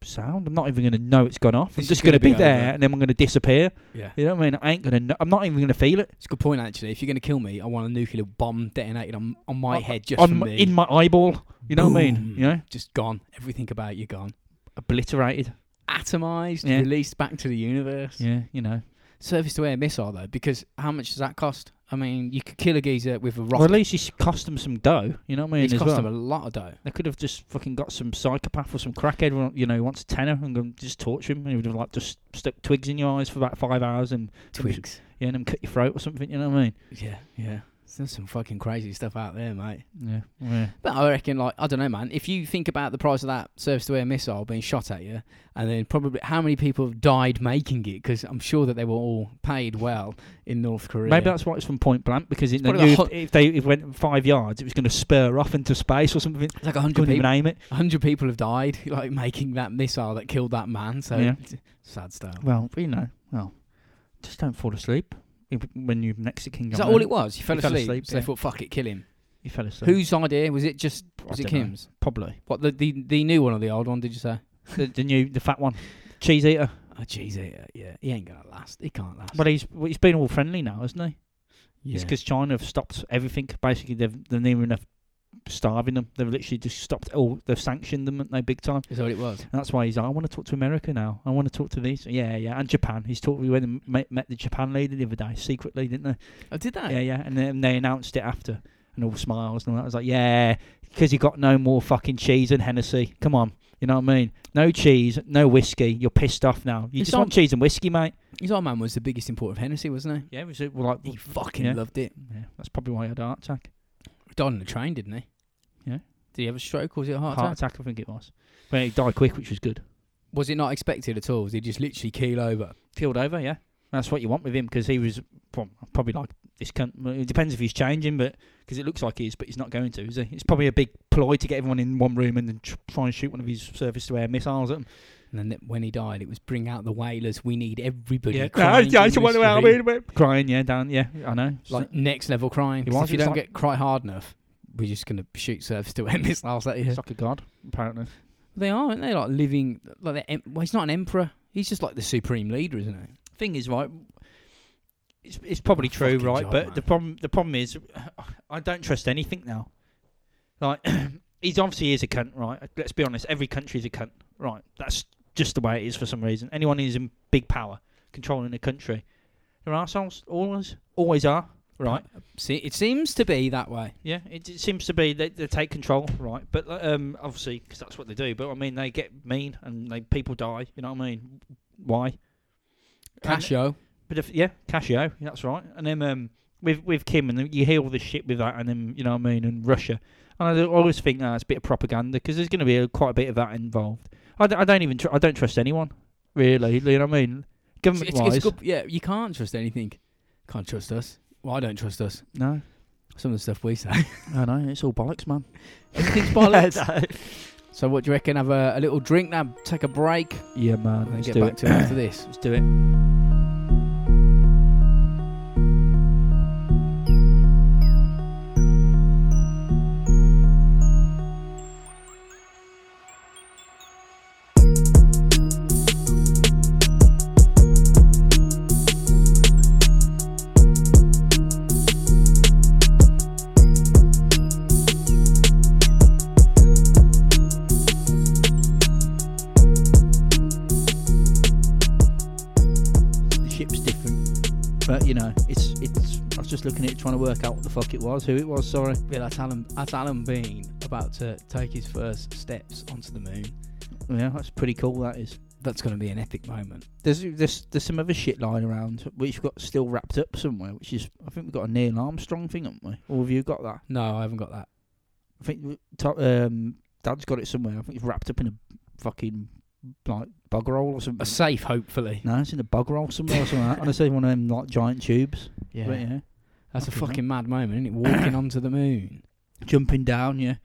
[SPEAKER 2] sound. I'm not even gonna know it's gone off. I'm
[SPEAKER 1] This is
[SPEAKER 2] just
[SPEAKER 1] gonna
[SPEAKER 2] gonna be,
[SPEAKER 1] be
[SPEAKER 2] there,
[SPEAKER 1] over.
[SPEAKER 2] and then I'm gonna disappear.
[SPEAKER 1] yeah,
[SPEAKER 2] You know what I mean? I ain't gonna. Know, I'm not even gonna feel it.
[SPEAKER 1] it's a good point actually. If you're gonna kill me, I want a nuclear bomb detonated on on my
[SPEAKER 2] On-
[SPEAKER 1] head just
[SPEAKER 2] on
[SPEAKER 1] for
[SPEAKER 2] my-
[SPEAKER 1] me.
[SPEAKER 2] in my eyeball. You know what I mean?
[SPEAKER 1] Boom.
[SPEAKER 2] You know,
[SPEAKER 1] just gone. Everything about you gone.
[SPEAKER 2] obliterated.
[SPEAKER 1] Atomized,
[SPEAKER 2] Yeah.
[SPEAKER 1] released back to the universe.
[SPEAKER 2] Yeah, you know.
[SPEAKER 1] Surface to air missile though, because how much does that cost? I mean, you could kill a geezer with a rocket.
[SPEAKER 2] Well, at least it's cost them some dough. You know what I mean?
[SPEAKER 1] it's
[SPEAKER 2] as
[SPEAKER 1] cost
[SPEAKER 2] well.
[SPEAKER 1] them a lot of dough.
[SPEAKER 2] They could have just fucking got some psychopath or some crackhead, who, you know, who wants a tenner and gone just torture him. And he would have like just stuck twigs in your eyes for about five hours and
[SPEAKER 1] Twigs.
[SPEAKER 2] yeah, and then cut your throat or something. You know what I mean?
[SPEAKER 1] Yeah, yeah. There's some fucking crazy stuff out there, mate.
[SPEAKER 2] Yeah, yeah.
[SPEAKER 1] But I reckon, like, I don't know, man. If you think about the price of that surface-to-air missile being shot at you, and then probably how many people have died making it, because I'm sure that they were all paid well in North Korea.
[SPEAKER 2] Maybe that's why it's from point blank because it, they
[SPEAKER 1] probably
[SPEAKER 2] knew
[SPEAKER 1] the
[SPEAKER 2] if, if they if went five yards, it was going to spur off into space or something.
[SPEAKER 1] It's like hundred
[SPEAKER 2] Couldn't even
[SPEAKER 1] people.
[SPEAKER 2] aim it.
[SPEAKER 1] Hundred people have died, like making that missile that killed that man. So
[SPEAKER 2] Yeah.
[SPEAKER 1] it's sad stuff.
[SPEAKER 2] Well, you know, well, just don't fall asleep if- when you're next to
[SPEAKER 1] Is
[SPEAKER 2] King.
[SPEAKER 1] that
[SPEAKER 2] Jong-un.
[SPEAKER 1] all it was? You fell
[SPEAKER 2] He fell
[SPEAKER 1] asleep.
[SPEAKER 2] asleep,
[SPEAKER 1] so they
[SPEAKER 2] yeah.
[SPEAKER 1] thought, fuck it, kill him.
[SPEAKER 2] You fell asleep.
[SPEAKER 1] Whose idea was it? Just
[SPEAKER 2] I
[SPEAKER 1] was it
[SPEAKER 2] don't know.
[SPEAKER 1] Kim's?
[SPEAKER 2] Probably
[SPEAKER 1] What the, the the new one or the old one? Did you say?
[SPEAKER 2] the, the new the fat one, cheese eater.
[SPEAKER 1] Oh jeez, yeah, yeah, he ain't gonna last. He can't last.
[SPEAKER 2] But he's well, he's been all friendly now, hasn't he?
[SPEAKER 1] yeah.
[SPEAKER 2] It's because China have stopped everything. Basically, they've they're near enough starving them. They've literally just stopped all. They've sanctioned them, haven't they, big time?
[SPEAKER 1] is that what it was?
[SPEAKER 2] And that's why he's like, I want to talk to America now. I want to talk to these. Yeah, yeah, and Japan. He's talked. We went and met, met the Japan leader the other day secretly, didn't they?
[SPEAKER 1] I Oh, did that.
[SPEAKER 2] Yeah, yeah. And then they announced it after, and all smiles and all that. I was like, yeah, because he got no more fucking cheese and Hennessy. Come on. You know what I mean? No cheese, no whiskey. You're pissed off now. You
[SPEAKER 1] It's
[SPEAKER 2] just want
[SPEAKER 1] not-
[SPEAKER 2] cheese and whiskey, mate.
[SPEAKER 1] His old man was the biggest importer of Hennessy, wasn't
[SPEAKER 2] Yeah, was it well,
[SPEAKER 1] he?
[SPEAKER 2] like
[SPEAKER 1] He fucking
[SPEAKER 2] Yeah.
[SPEAKER 1] loved it.
[SPEAKER 2] yeah, that's probably why he had a heart attack.
[SPEAKER 1] Died on the train, didn't he?
[SPEAKER 2] Yeah.
[SPEAKER 1] Did he have a stroke or was it a heart,
[SPEAKER 2] heart
[SPEAKER 1] attack?
[SPEAKER 2] attack, I think it was. But he died quick, which was good.
[SPEAKER 1] Was it not expected at all? Was he just literally keel over?
[SPEAKER 2] Killed over, yeah. That's what you want with him because he was well, probably like this. Cunt. well, It depends if he's changing, but because it looks like he is, but he's not going to, is he? It's probably a big ploy to get everyone in one room and then tr- try and shoot one of his surface-to-air missiles at him.
[SPEAKER 1] And then when he died, it was bring out the whalers. We need everybody.
[SPEAKER 2] yeah,
[SPEAKER 1] crying in
[SPEAKER 2] just
[SPEAKER 1] this
[SPEAKER 2] wonder what I
[SPEAKER 1] room."
[SPEAKER 2] mean, but- Crying, yeah, down, yeah, I know.
[SPEAKER 1] Like next level crying. 'Cause
[SPEAKER 2] wants-
[SPEAKER 1] if you
[SPEAKER 2] it's
[SPEAKER 1] don't
[SPEAKER 2] like-
[SPEAKER 1] get cry hard enough, we're just gonna shoot surface to end this last at you.
[SPEAKER 2] it's like a god, apparently.
[SPEAKER 1] They are, aren't they? Like living, like they're em- well, he's not an emperor. He's just like the supreme leader, isn't he?
[SPEAKER 2] thing is, right, it's, it's probably true,
[SPEAKER 1] Fucking
[SPEAKER 2] right?
[SPEAKER 1] job,
[SPEAKER 2] but
[SPEAKER 1] man.
[SPEAKER 2] the problem the problem is, I don't trust anything now. Like he's obviously is a cunt, right? Let's be honest. Every country's a cunt, right? That's just the way it is for some reason. Anyone who's in big power controlling a country, they're assholes. Always, always are, right?
[SPEAKER 1] See, it seems to be that way.
[SPEAKER 2] Yeah, it, it seems to be they, they take control, right? But like, um, obviously, because that's what they do. But I mean, they get mean and they people die. You know what I mean? Why? And-
[SPEAKER 1] Casio,
[SPEAKER 2] but if, yeah, Casio, that's right. And then um, with with Kim, and then you hear all this shit with that, and then you know what I mean, and Russia. And I always think that's a bit of propaganda because there's going to be a, quite a bit of that involved. I, d- I don't even tr- I don't trust anyone really. You know what I mean?
[SPEAKER 1] It's-
[SPEAKER 2] Government
[SPEAKER 1] it's,
[SPEAKER 2] wise,
[SPEAKER 1] it's good. Yeah, you can't trust anything. Can't trust us. Well, I don't trust us.
[SPEAKER 2] no,
[SPEAKER 1] Some of the stuff we say.
[SPEAKER 2] I know it's all bollocks, man.
[SPEAKER 1] Everything's bollocks. so, what do you reckon? Have a, a little drink now, take a break,
[SPEAKER 2] yeah,
[SPEAKER 1] and
[SPEAKER 2] man.
[SPEAKER 1] then
[SPEAKER 2] Let's
[SPEAKER 1] get
[SPEAKER 2] do
[SPEAKER 1] back
[SPEAKER 2] it.
[SPEAKER 1] to it after this.
[SPEAKER 2] Let's do it. the ship's different. But you know, it's it's. I was just looking at it, trying to work out what the fuck it was, who it was. Sorry.
[SPEAKER 1] Yeah, that's Alan. That's Alan Bean about to take his first steps onto the moon.
[SPEAKER 2] Yeah, that's pretty cool. That is.
[SPEAKER 1] That's going to be an epic moment.
[SPEAKER 2] There's there's there's some other shit lying around which got still wrapped up somewhere. Which is I think we've got a Neil Armstrong thing, haven't we? Or have you got that?
[SPEAKER 1] No, I haven't got that.
[SPEAKER 2] I think we- to- um, Dad's got it somewhere. I think it's wrapped up in a fucking like bug roll or
[SPEAKER 1] A
[SPEAKER 2] something.
[SPEAKER 1] safe, hopefully.
[SPEAKER 2] No, it's in a bug roll somewhere or something. like that. And I say one of them like giant tubes. But, yeah.
[SPEAKER 1] That's a
[SPEAKER 2] Fucking
[SPEAKER 1] fucking mad moment, isn't it? Walking onto the moon.
[SPEAKER 2] jumping down, yeah.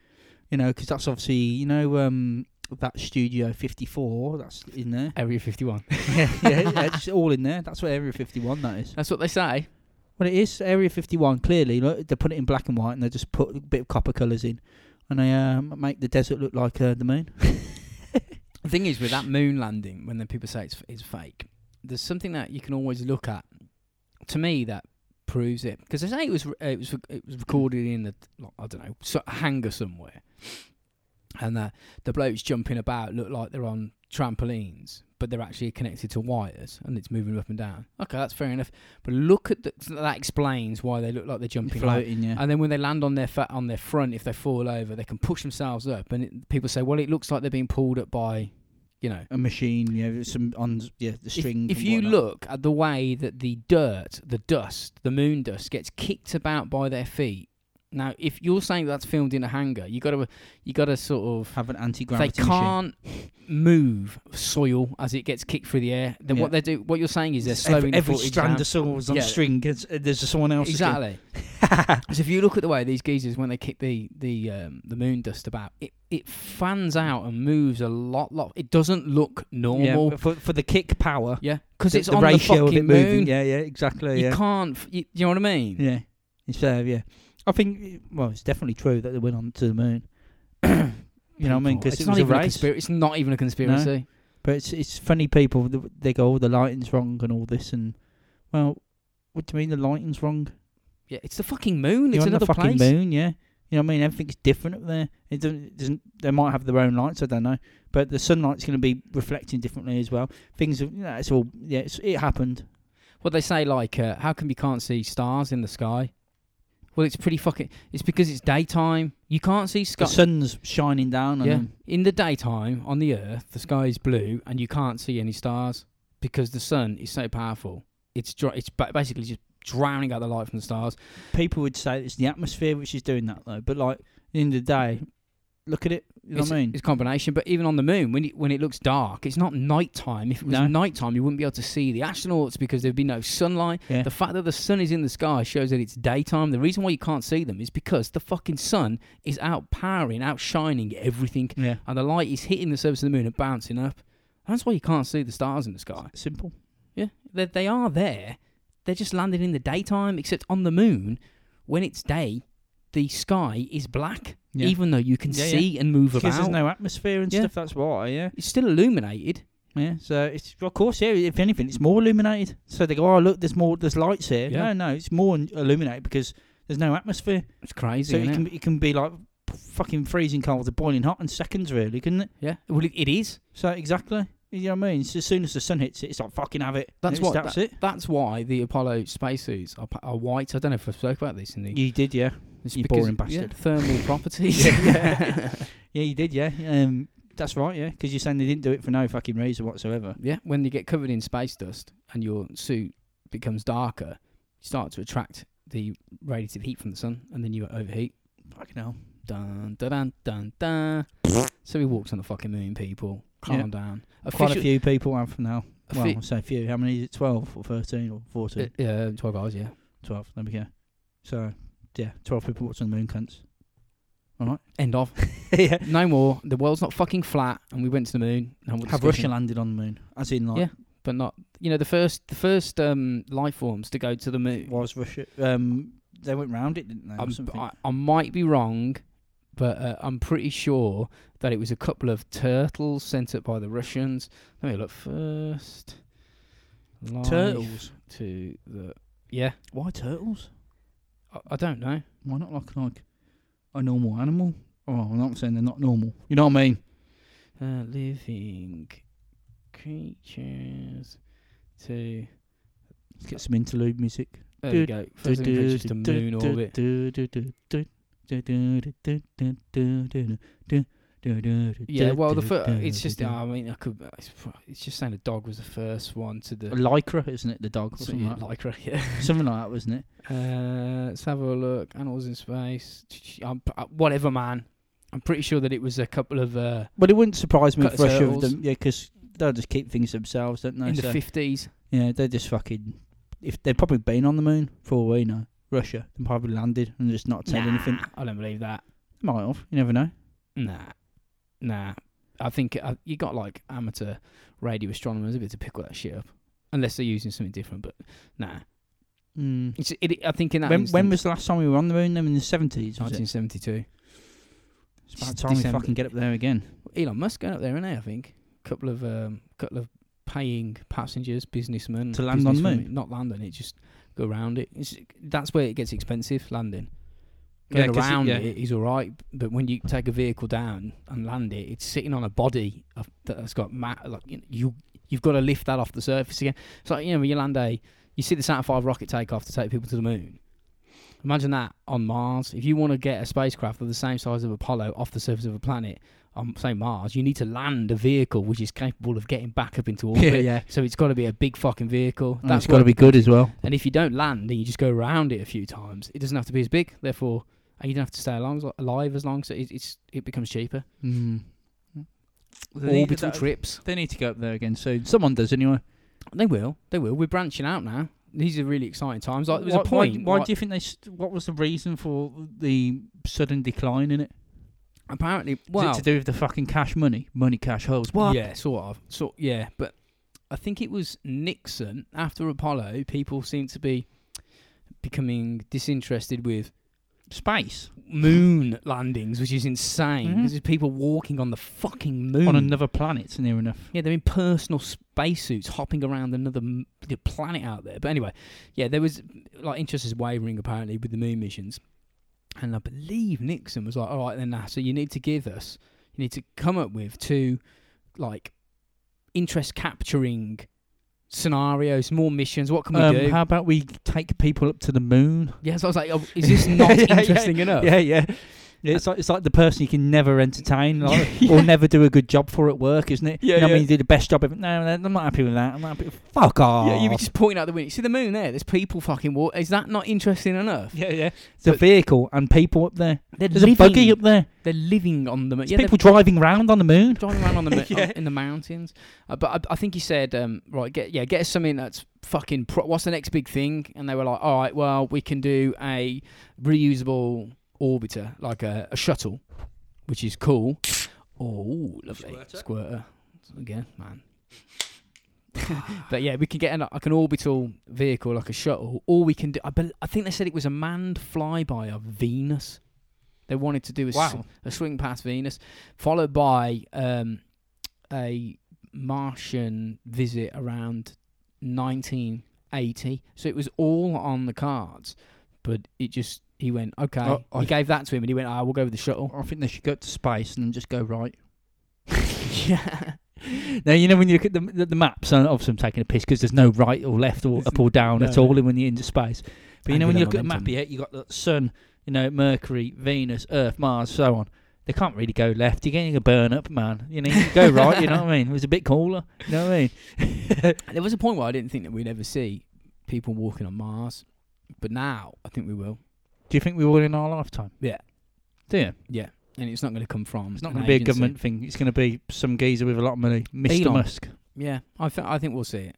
[SPEAKER 2] you know, because that's obviously you know um, that Studio 54 that's in there.
[SPEAKER 1] Area 51.
[SPEAKER 2] yeah, yeah, yeah, it's all in there. That's what Area 51 that is.
[SPEAKER 1] That's what they say.
[SPEAKER 2] Well, it is Area 51. Clearly, look, they put it in black and white, and they just put a bit of copper colours in, and they um, make the desert look like uh, the moon.
[SPEAKER 1] The thing is, with that moon landing, when the people say it's, it's fake, there's something that you can always look at. To me, that proves it because they say it was re- uh, it was rec- it was recorded in the like, I don't know so, a hangar somewhere, and uh, the blokes jumping about look like they're on trampolines, but they're actually connected to wires and it's moving up and down. Okay, that's fair enough. But look at the, so that explains why they look like they're jumping. high.
[SPEAKER 2] Floating, yeah.
[SPEAKER 1] And then when they land on their fa- on their front, if they fall over, they can push themselves up. And it, people say, "Well, it looks like they're being pulled up by, you know."
[SPEAKER 2] A machine, yeah, some on yeah the
[SPEAKER 1] If-
[SPEAKER 2] string.
[SPEAKER 1] If,
[SPEAKER 2] and
[SPEAKER 1] you
[SPEAKER 2] whatnot.
[SPEAKER 1] look at the way that the dirt, the dust, the moon dust gets kicked about by their feet. Now, if you're saying that's filmed in a hangar, you got to you got to sort of
[SPEAKER 2] have an
[SPEAKER 1] they
[SPEAKER 2] anti-gravity machine.
[SPEAKER 1] can't move soil as it gets kicked through the air. Then
[SPEAKER 2] Yeah.
[SPEAKER 1] what they do, what you're saying is they're
[SPEAKER 2] Ev-
[SPEAKER 1] slowing the
[SPEAKER 2] every
[SPEAKER 1] footage
[SPEAKER 2] strand
[SPEAKER 1] down.
[SPEAKER 2] of soil's on
[SPEAKER 1] Yeah.
[SPEAKER 2] string. It's, uh, there's someone else.
[SPEAKER 1] Exactly. so if you look at the way these geezers when they kick the the um, the moon dust about, it it fans out and moves a lot. Lot. It doesn't look normal.
[SPEAKER 2] for, for the kick power.
[SPEAKER 1] Yeah, because
[SPEAKER 2] the,
[SPEAKER 1] it's
[SPEAKER 2] the
[SPEAKER 1] on
[SPEAKER 2] ratio
[SPEAKER 1] the
[SPEAKER 2] of it
[SPEAKER 1] fucking
[SPEAKER 2] moving.
[SPEAKER 1] moon.
[SPEAKER 2] Yeah, yeah, exactly.
[SPEAKER 1] You
[SPEAKER 2] yeah,
[SPEAKER 1] can't. f- You, you know what I mean?
[SPEAKER 2] yeah. It's uh, yeah. I think well, it's definitely true that they went on to the moon. you know what I mean?
[SPEAKER 1] People.
[SPEAKER 2] Because
[SPEAKER 1] it's
[SPEAKER 2] it
[SPEAKER 1] not
[SPEAKER 2] was a
[SPEAKER 1] even a
[SPEAKER 2] race.
[SPEAKER 1] conspiracy. It's not even a conspiracy.
[SPEAKER 2] But it's it's funny people th- they go, oh, the lighting's wrong and all this and well, what do you mean the lighting's wrong?
[SPEAKER 1] Yeah, it's the fucking moon.
[SPEAKER 2] You're
[SPEAKER 1] it's
[SPEAKER 2] on
[SPEAKER 1] another
[SPEAKER 2] the fucking
[SPEAKER 1] place.
[SPEAKER 2] moon, yeah. You know what I mean? Everything's different up there. It doesn't, it doesn't. They might have their own lights. I don't know, but the sunlight's going to be reflecting differently as well. Things, have, you know, it's all yeah. It's, it happened.
[SPEAKER 1] What they say, like, uh, how come you can't see stars in the sky? Well, it's pretty fucking. It's because it's daytime. You can't see
[SPEAKER 2] The
[SPEAKER 1] sky.
[SPEAKER 2] sun's shining down on
[SPEAKER 1] Yeah.
[SPEAKER 2] them.
[SPEAKER 1] In the daytime on the Earth, the sky is blue and you can't see any stars because the sun is so powerful. It's dr- it's ba- basically just drowning out the light from the stars.
[SPEAKER 2] People would say it's the atmosphere which is doing that though. But like at the end of the day, look at it. You know
[SPEAKER 1] it's,
[SPEAKER 2] what I mean?
[SPEAKER 1] It's a combination, but even on the moon, when it, when it looks dark, it's not nighttime. If it was
[SPEAKER 2] No.
[SPEAKER 1] nighttime, you wouldn't be able to see the astronauts because there'd be no sunlight.
[SPEAKER 2] Yeah.
[SPEAKER 1] The fact that the sun is in the sky shows that it's daytime. The reason why you can't see them is because the fucking sun is outpowering, outshining everything,
[SPEAKER 2] yeah.
[SPEAKER 1] and the light is hitting the surface of the moon and bouncing up. That's why you can't see the stars in the sky.
[SPEAKER 2] Simple.
[SPEAKER 1] Yeah, they, they are there. They're just landing in the daytime, except on the moon, when it's day, the sky is black,
[SPEAKER 2] Yeah.
[SPEAKER 1] even though you can
[SPEAKER 2] Yeah, yeah.
[SPEAKER 1] see and move
[SPEAKER 2] Because there's
[SPEAKER 1] about.
[SPEAKER 2] no atmosphere and
[SPEAKER 1] Yeah.
[SPEAKER 2] stuff. That's why. Yeah.
[SPEAKER 1] it's still illuminated.
[SPEAKER 2] Yeah, so it's of course, yeah. If anything, it's more illuminated. So they go, oh look, there's more, there's lights here.
[SPEAKER 1] Yeah.
[SPEAKER 2] No, no, it's more in- illuminated because there's no atmosphere.
[SPEAKER 1] It's crazy.
[SPEAKER 2] so
[SPEAKER 1] isn't
[SPEAKER 2] it
[SPEAKER 1] it?
[SPEAKER 2] can it can be like fucking freezing cold to boiling hot in seconds, really, couldn't it?
[SPEAKER 1] yeah, well, it, it is.
[SPEAKER 2] So exactly, you know what I mean. So as soon as the sun hits it, it's like fucking have it.
[SPEAKER 1] That's
[SPEAKER 2] It's-
[SPEAKER 1] what.
[SPEAKER 2] That's
[SPEAKER 1] that-
[SPEAKER 2] it.
[SPEAKER 1] That's why the Apollo spacesuits are, pa- are white. I don't know if I spoke about this in the.
[SPEAKER 2] You did, yeah.
[SPEAKER 1] it's
[SPEAKER 2] you
[SPEAKER 1] because-
[SPEAKER 2] boring
[SPEAKER 1] yeah,
[SPEAKER 2] bastard.
[SPEAKER 1] thermal properties.
[SPEAKER 2] Yeah. Yeah, you did, yeah. Um, that's right, yeah. Because you're saying they didn't do it for no fucking reason whatsoever.
[SPEAKER 1] Yeah, when you get covered in space dust and your suit becomes darker, you start to attract the radiative heat from the sun, and then you overheat.
[SPEAKER 2] Fucking hell.
[SPEAKER 1] Dun dun dun dun dun. so he walks on the fucking moon, people. Calm
[SPEAKER 2] Yeah.
[SPEAKER 1] down.
[SPEAKER 2] Quite a few people have from now. Well,
[SPEAKER 1] offi-
[SPEAKER 2] I say few. How many is it? Twelve or thirteen or fourteen?
[SPEAKER 1] uh, uh, twelve hours. Yeah.
[SPEAKER 2] 12, there we go. So, yeah, 12 people watching the moon cunts.
[SPEAKER 1] End of.
[SPEAKER 2] yeah.
[SPEAKER 1] No more. The world's not fucking flat, and we went to the moon. And we're
[SPEAKER 2] Have
[SPEAKER 1] discussing-
[SPEAKER 2] Russia landed on the moon? As in, like,
[SPEAKER 1] Yeah. but not you know the first the first um, life forms to go to the moon.
[SPEAKER 2] was Russia. Um, they went round it, didn't they? or
[SPEAKER 1] I'm,
[SPEAKER 2] something?
[SPEAKER 1] I, I might be wrong, but uh, I'm pretty sure that it was a couple of turtles sent up by the Russians. Let me look first. Life
[SPEAKER 2] turtles.
[SPEAKER 1] to the yeah.
[SPEAKER 2] Why turtles?
[SPEAKER 1] I, I don't know.
[SPEAKER 2] Why not like, like a normal animal? Oh, I'm not saying they're not normal. You know what I mean?
[SPEAKER 1] Uh, living creatures to
[SPEAKER 2] Let's get some interlude music.
[SPEAKER 1] there we go. First thing is just a moon orbit. Yeah, well, the fir- it's just I mean, I could. It's, it's just saying a dog was the first one to
[SPEAKER 2] A
[SPEAKER 1] the
[SPEAKER 2] lycra, isn't it? The dog, or something like that.
[SPEAKER 1] lycra. Yeah.
[SPEAKER 2] Something like that, wasn't it?
[SPEAKER 1] Uh, let's have a look. Animals in space. I'm, uh, whatever, man. I'm pretty sure that it was a couple of uh,
[SPEAKER 2] But it wouldn't surprise me
[SPEAKER 1] Cut
[SPEAKER 2] if
[SPEAKER 1] the
[SPEAKER 2] Russia
[SPEAKER 1] turtles.
[SPEAKER 2] with them, yeah, because they'll just keep things themselves, don't they?
[SPEAKER 1] in the
[SPEAKER 2] So,
[SPEAKER 1] 50s.
[SPEAKER 2] yeah, they're just fucking. If they've probably been on the moon for all we know, Russia, they probably landed and just not said anything.
[SPEAKER 1] I don't believe that.
[SPEAKER 2] They might have. You never know.
[SPEAKER 1] Nah, nah. I think uh, you got like amateur radio astronomers a bit to pick all that shit up, unless they're using something different. But nah,
[SPEAKER 2] Mm.
[SPEAKER 1] it's, it, I think in that
[SPEAKER 2] When,
[SPEAKER 1] instance,
[SPEAKER 2] when was the last time we were on the moon? Then in the seventies. It?
[SPEAKER 1] 1972?
[SPEAKER 2] It's about time
[SPEAKER 1] December.
[SPEAKER 2] we fucking get up there again.
[SPEAKER 1] Elon Musk going up there, isn't he? I think couple of um, couple of paying passengers, businessmen
[SPEAKER 2] To land on the moon?
[SPEAKER 1] businesswomen- Not land on it, just go around it. It's, that's where it gets expensive. Landing.
[SPEAKER 2] Yeah,
[SPEAKER 1] Going
[SPEAKER 2] 'cause it-
[SPEAKER 1] around
[SPEAKER 2] yeah.
[SPEAKER 1] it is all right, but when you take a vehicle down and land it, it's sitting on a body of, that's got ma Like you, you, you've got to lift that off the surface again. It's like you know when you land a, you see the Saturn V rocket take off to take people to the moon. Imagine that on Mars. If you want to get a spacecraft of the same size of Apollo off the surface of a planet, on say Mars, you need to land a vehicle which is capable of getting back up into orbit.
[SPEAKER 2] yeah.
[SPEAKER 1] So it's got to be a big fucking vehicle.
[SPEAKER 2] That's
[SPEAKER 1] what-
[SPEAKER 2] got to be good as well.
[SPEAKER 1] And if you don't land and you just go around it a few times, it doesn't have to be as big. Therefore, and you don't have to stay along, alive as long. So it, it's it becomes cheaper.
[SPEAKER 2] Mm.
[SPEAKER 1] Orbital trips.
[SPEAKER 2] They need to go up there again soon. Someone does anyway.
[SPEAKER 1] They will. They will. We're branching out now. These are really exciting times. Like there was
[SPEAKER 2] why,
[SPEAKER 1] a point.
[SPEAKER 2] Why, why
[SPEAKER 1] like-
[SPEAKER 2] do you think they? St- what was the reason for the sudden decline in it?
[SPEAKER 1] apparently?
[SPEAKER 2] Was
[SPEAKER 1] Well,
[SPEAKER 2] it to do with the fucking cash money? Money cash holes. What?
[SPEAKER 1] Yeah, sort of. So yeah, but I think it was Nixon after Apollo. People seem to be becoming disinterested with
[SPEAKER 2] Space
[SPEAKER 1] moon landings, which is insane.
[SPEAKER 2] Mhm.
[SPEAKER 1] Because there's people walking on the fucking moon.
[SPEAKER 2] on another planet, near enough.
[SPEAKER 1] yeah, they're in personal spacesuits, hopping around another m- the planet out there. But anyway, yeah, there was like interest is wavering apparently with the moon missions, and I believe Nixon was like, "All right, then NASA, you need to give us, you need to come up with two, like, interest capturing scenarios, more missions. What can we
[SPEAKER 2] Um,
[SPEAKER 1] do?"
[SPEAKER 2] how about we take people up to the moon?
[SPEAKER 1] yeah, so I was like, oh, "Is this not
[SPEAKER 2] Yeah, yeah,
[SPEAKER 1] interesting enough?"
[SPEAKER 2] Yeah, yeah. Yeah, it's like it's like the person you can never entertain like,
[SPEAKER 1] Yeah.
[SPEAKER 2] or never do a good job for at work, isn't it?
[SPEAKER 1] Yeah,
[SPEAKER 2] you know what I
[SPEAKER 1] yeah.
[SPEAKER 2] mean, you do the best job. Ever. No, no, I'm not happy with that. I'm not happy. Fuck off.
[SPEAKER 1] Yeah, you were just pointing out the window. See the moon there. There's people fucking walk. Is that not interesting enough?
[SPEAKER 2] yeah, yeah. It's
[SPEAKER 1] So-
[SPEAKER 2] a vehicle and people up there.
[SPEAKER 1] They're
[SPEAKER 2] There's a buggy up there.
[SPEAKER 1] They're living on the moon.
[SPEAKER 2] There's
[SPEAKER 1] Yeah, they're
[SPEAKER 2] people driving round on the moon. Oh,
[SPEAKER 1] driving around on the mo-
[SPEAKER 2] Yeah.
[SPEAKER 1] on- in the mountains. Uh, but I, I think he said, um, right, get yeah, get us something that's fucking. Pro- what's the next big thing? And they were like, all right, well, we can do a reusable orbiter, like a, a shuttle, which is cool. Oh, lovely
[SPEAKER 2] Squirter.
[SPEAKER 1] squirter again, man. but yeah, we can get an, like an orbital vehicle, like a shuttle, or we can do. I, bel I think they said it was a manned flyby of Venus. They wanted to do a, s-
[SPEAKER 2] Wow.
[SPEAKER 1] a swing past Venus, followed by um, a Martian visit around 1980. So it was all on the cards, but it just he went okay.
[SPEAKER 2] Oh,
[SPEAKER 1] he
[SPEAKER 2] I-
[SPEAKER 1] gave that to him, and he went, "Ah, we'll go with the shuttle."
[SPEAKER 2] I think they should go to space and just go right.
[SPEAKER 1] yeah,
[SPEAKER 2] Now you know when you look at the the, the maps, and obviously I'm taking a piss because there's no right or left or
[SPEAKER 1] There's
[SPEAKER 2] up or down
[SPEAKER 1] no,
[SPEAKER 2] at all
[SPEAKER 1] no.
[SPEAKER 2] when you're into space. But you know when you look at the map
[SPEAKER 1] Angular
[SPEAKER 2] here, you got the Sun, you know Mercury, Venus, Earth, Mars, so on. They can't really go left. You're getting a burn up, man. You know, you can go right. You know what I mean? It was a bit cooler. You know what I mean?
[SPEAKER 1] there was a point where I didn't think that we'd ever see people walking on Mars, but now I think we will.
[SPEAKER 2] Do you think we will in our lifetime?
[SPEAKER 1] Yeah.
[SPEAKER 2] Do you?
[SPEAKER 1] And it's not going to come from.
[SPEAKER 2] It's not
[SPEAKER 1] an
[SPEAKER 2] going to be a
[SPEAKER 1] agency.
[SPEAKER 2] government thing. It's going to be some geezer with a lot of money, Mr.
[SPEAKER 1] Elon.
[SPEAKER 2] Musk.
[SPEAKER 1] Yeah, I think I think we'll see it.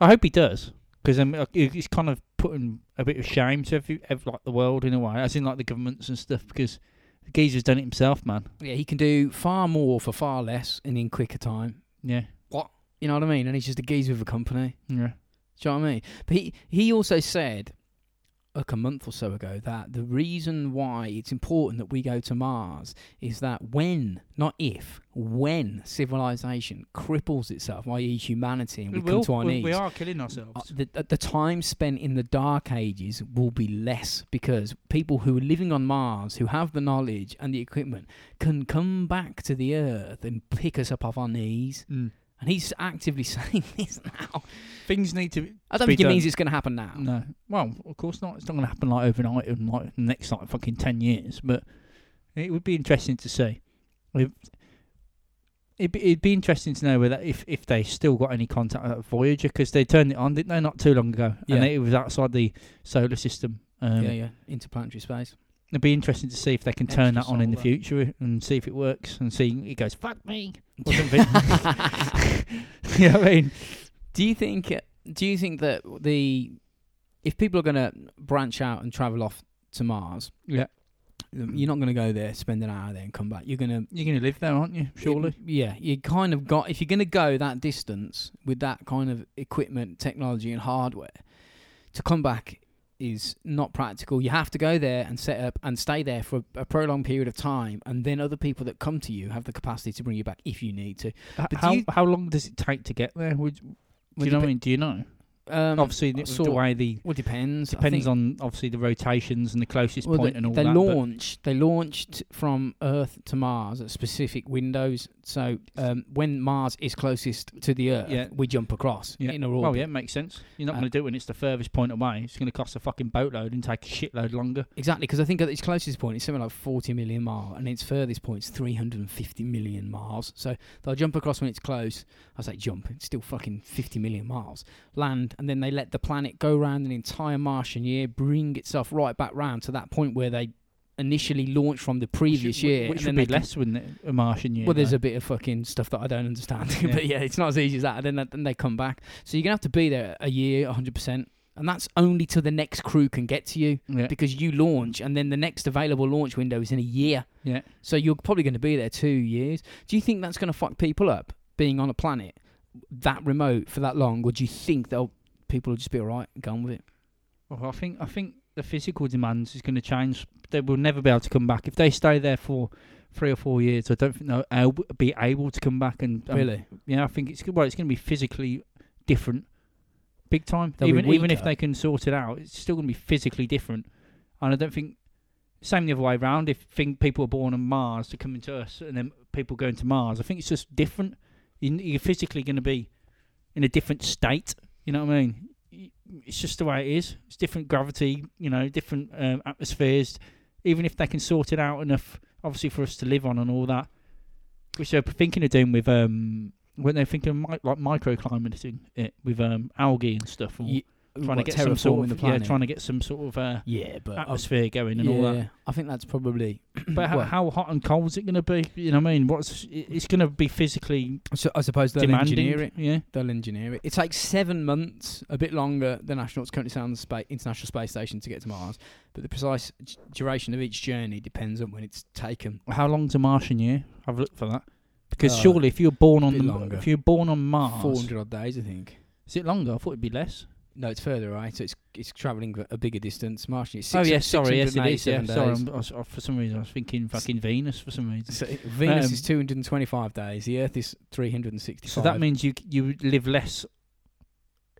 [SPEAKER 2] I hope he does because um, uh, it- it's kind of putting a bit of shame to every, ev like the world in a way, as in like the governments and stuff. Because the geezer's done it himself, man.
[SPEAKER 1] Yeah, he can do far more for far less and in quicker time.
[SPEAKER 2] Yeah,
[SPEAKER 1] You know what I mean? And he's just a geezer of a company.
[SPEAKER 2] yeah.
[SPEAKER 1] Do you know what I mean? But he, he also said, like a month or so ago, that the reason why it's important that we go to Mars is that when, not if, when civilization cripples itself, i.e., humanity, and we, come to our knees,
[SPEAKER 2] are killing ourselves.
[SPEAKER 1] uh, the, uh, the time spent in the dark ages will be less because people who are living on Mars, who have the knowledge and the equipment, can come back to the Earth and pick us up off our knees.
[SPEAKER 2] Mm.
[SPEAKER 1] And he's actively saying this now.
[SPEAKER 2] Things need to.
[SPEAKER 1] I don't
[SPEAKER 2] Be
[SPEAKER 1] think it
[SPEAKER 2] done.
[SPEAKER 1] means it's going to happen now.
[SPEAKER 2] No, well, of course not. It's not going to happen like overnight in like the next like fucking ten years. But it would be interesting to see. If- It'd be, it'd be interesting to know whether if if they still got any contact with Voyager because they turned it on, didn't they, not too long ago?
[SPEAKER 1] Yeah.
[SPEAKER 2] And it was outside the solar system. Um,
[SPEAKER 1] yeah, yeah. Interplanetary space.
[SPEAKER 2] It'd be interesting to see if they can turn that
[SPEAKER 1] Extra
[SPEAKER 2] on in the
[SPEAKER 1] solar.
[SPEAKER 2] future and see if it works and see it goes fuck me or something. you know what I mean?
[SPEAKER 1] Do you think? uh, Do you think that the if people are going to branch out and travel off to Mars,
[SPEAKER 2] Yeah.
[SPEAKER 1] You're not going to go there, spend an hour there, and come back. You're going to
[SPEAKER 2] You're going to live there, aren't you? Surely.
[SPEAKER 1] yeah, you kind of got if you're going to go that distance with that kind of equipment, technology, and hardware, to come back is not practical. You have to go there and set up and stay there for a, a prolonged period of time, and then other people that come to you have the capacity to bring you back if you need to.
[SPEAKER 2] H-
[SPEAKER 1] do
[SPEAKER 2] how
[SPEAKER 1] you-
[SPEAKER 2] how long does it take to get there? Would, do you know what I mean? Do you know?
[SPEAKER 1] Um,
[SPEAKER 2] obviously, the,
[SPEAKER 1] sort
[SPEAKER 2] the way the
[SPEAKER 1] well, depends. I
[SPEAKER 2] depends
[SPEAKER 1] think-
[SPEAKER 2] on obviously the rotations and the closest
[SPEAKER 1] well,
[SPEAKER 2] point
[SPEAKER 1] they,
[SPEAKER 2] and all
[SPEAKER 1] they
[SPEAKER 2] that. but
[SPEAKER 1] launched. They launched from Earth to Mars at specific windows. So um, when Mars is closest to the Earth,
[SPEAKER 2] Yeah.
[SPEAKER 1] we jump across
[SPEAKER 2] Yeah.
[SPEAKER 1] in a
[SPEAKER 2] Well,
[SPEAKER 1] orbit.
[SPEAKER 2] yeah, makes sense. You're not
[SPEAKER 1] Uh,
[SPEAKER 2] going to do it when it's the furthest point away. It's going to cost a fucking boatload and take a shitload longer.
[SPEAKER 1] Exactly, because I think at its closest point it's something like 40 million mile, and its furthest point is 350 million miles. So they'll jump across when it's close. I say jump, it's still fucking 50 million miles. Land, and then they let the planet go round an entire Martian year, bring itself right back round to that point where they initially launched from the previous
[SPEAKER 2] which,
[SPEAKER 1] year.
[SPEAKER 2] which
[SPEAKER 1] and
[SPEAKER 2] would
[SPEAKER 1] then
[SPEAKER 2] be
[SPEAKER 1] they can-
[SPEAKER 2] less, wouldn't it? A Martian year.
[SPEAKER 1] well, there's
[SPEAKER 2] though.
[SPEAKER 1] a bit of fucking stuff that I don't understand,
[SPEAKER 2] Yeah.
[SPEAKER 1] but yeah, it's not as easy as that. And then, they- then they come back, so you're gonna have to be there a year, 100, percent and that's only till the next crew can get to you
[SPEAKER 2] yeah.
[SPEAKER 1] because you launch and then the next available launch window is in a year.
[SPEAKER 2] Yeah.
[SPEAKER 1] So you're probably going to be there two years. Do you think that's going to fuck people up being on a planet that remote for that long, or do you think they'll people will just be all right and go on with it?
[SPEAKER 2] Well, I think I think the physical demands is going to change. They will never be able to come back if they stay there for three or four years. I don't think they'll ab- be able to come back and and-
[SPEAKER 1] really?
[SPEAKER 2] Yeah, I think it's good. Well, it's going to be physically different, big time.
[SPEAKER 1] They'll be
[SPEAKER 2] even even if
[SPEAKER 1] weaker.
[SPEAKER 2] they can sort it out, it's still going to be physically different. And I don't think same the other way around. If think people are born on Mars to come into us, and then people going to Mars, I think it's just different. You, you're physically going to be in a different state. You know what I mean? Y- It's just the way it is. It's different gravity. You know, different um, atmospheres. Even if they can sort it out enough, obviously for us to live on and all that, which they're thinking of doing with um when they're thinking of mi- like microclimating it with um algae and stuff, or
[SPEAKER 1] Ye-
[SPEAKER 2] trying
[SPEAKER 1] What,
[SPEAKER 2] to get some sort
[SPEAKER 1] terraforming
[SPEAKER 2] of
[SPEAKER 1] the planet.
[SPEAKER 2] yeah, trying to get some sort of uh,
[SPEAKER 1] Yeah, but I-
[SPEAKER 2] atmosphere going and
[SPEAKER 1] yeah,
[SPEAKER 2] all that.
[SPEAKER 1] I think that's probably.
[SPEAKER 2] But how,
[SPEAKER 1] well,
[SPEAKER 2] how hot and cold is it going to be? You know what I mean? What's it- it's going to be physically
[SPEAKER 1] so I suppose they'll
[SPEAKER 2] demanding?
[SPEAKER 1] engineer it.
[SPEAKER 2] Yeah,
[SPEAKER 1] They'll engineer it. It takes seven months, a bit longer than astronauts currently stay on the spa- International Space Station to get to Mars, but the precise d- duration of each journey depends on when it's taken.
[SPEAKER 2] how long's a Martian year? I've looked for that because
[SPEAKER 1] Uh,
[SPEAKER 2] surely if you're born on
[SPEAKER 1] bit
[SPEAKER 2] the,
[SPEAKER 1] longer.
[SPEAKER 2] if you're born on Mars,
[SPEAKER 1] Four hundred odd days, I think.
[SPEAKER 2] is it longer? I thought it'd be less.
[SPEAKER 1] No, it's further away, so it's it's travelling a bigger distance. Martian, it's
[SPEAKER 2] oh
[SPEAKER 1] six-
[SPEAKER 2] yeah, sorry, yes it is.
[SPEAKER 1] 687
[SPEAKER 2] Yeah, sorry,
[SPEAKER 1] days.
[SPEAKER 2] I'm, I was, I, for some reason I was thinking fucking Venus for some reason.
[SPEAKER 1] So it- Venus
[SPEAKER 2] Um,
[SPEAKER 1] is 225 days. The Earth is 365.
[SPEAKER 2] So that means you c- you would live less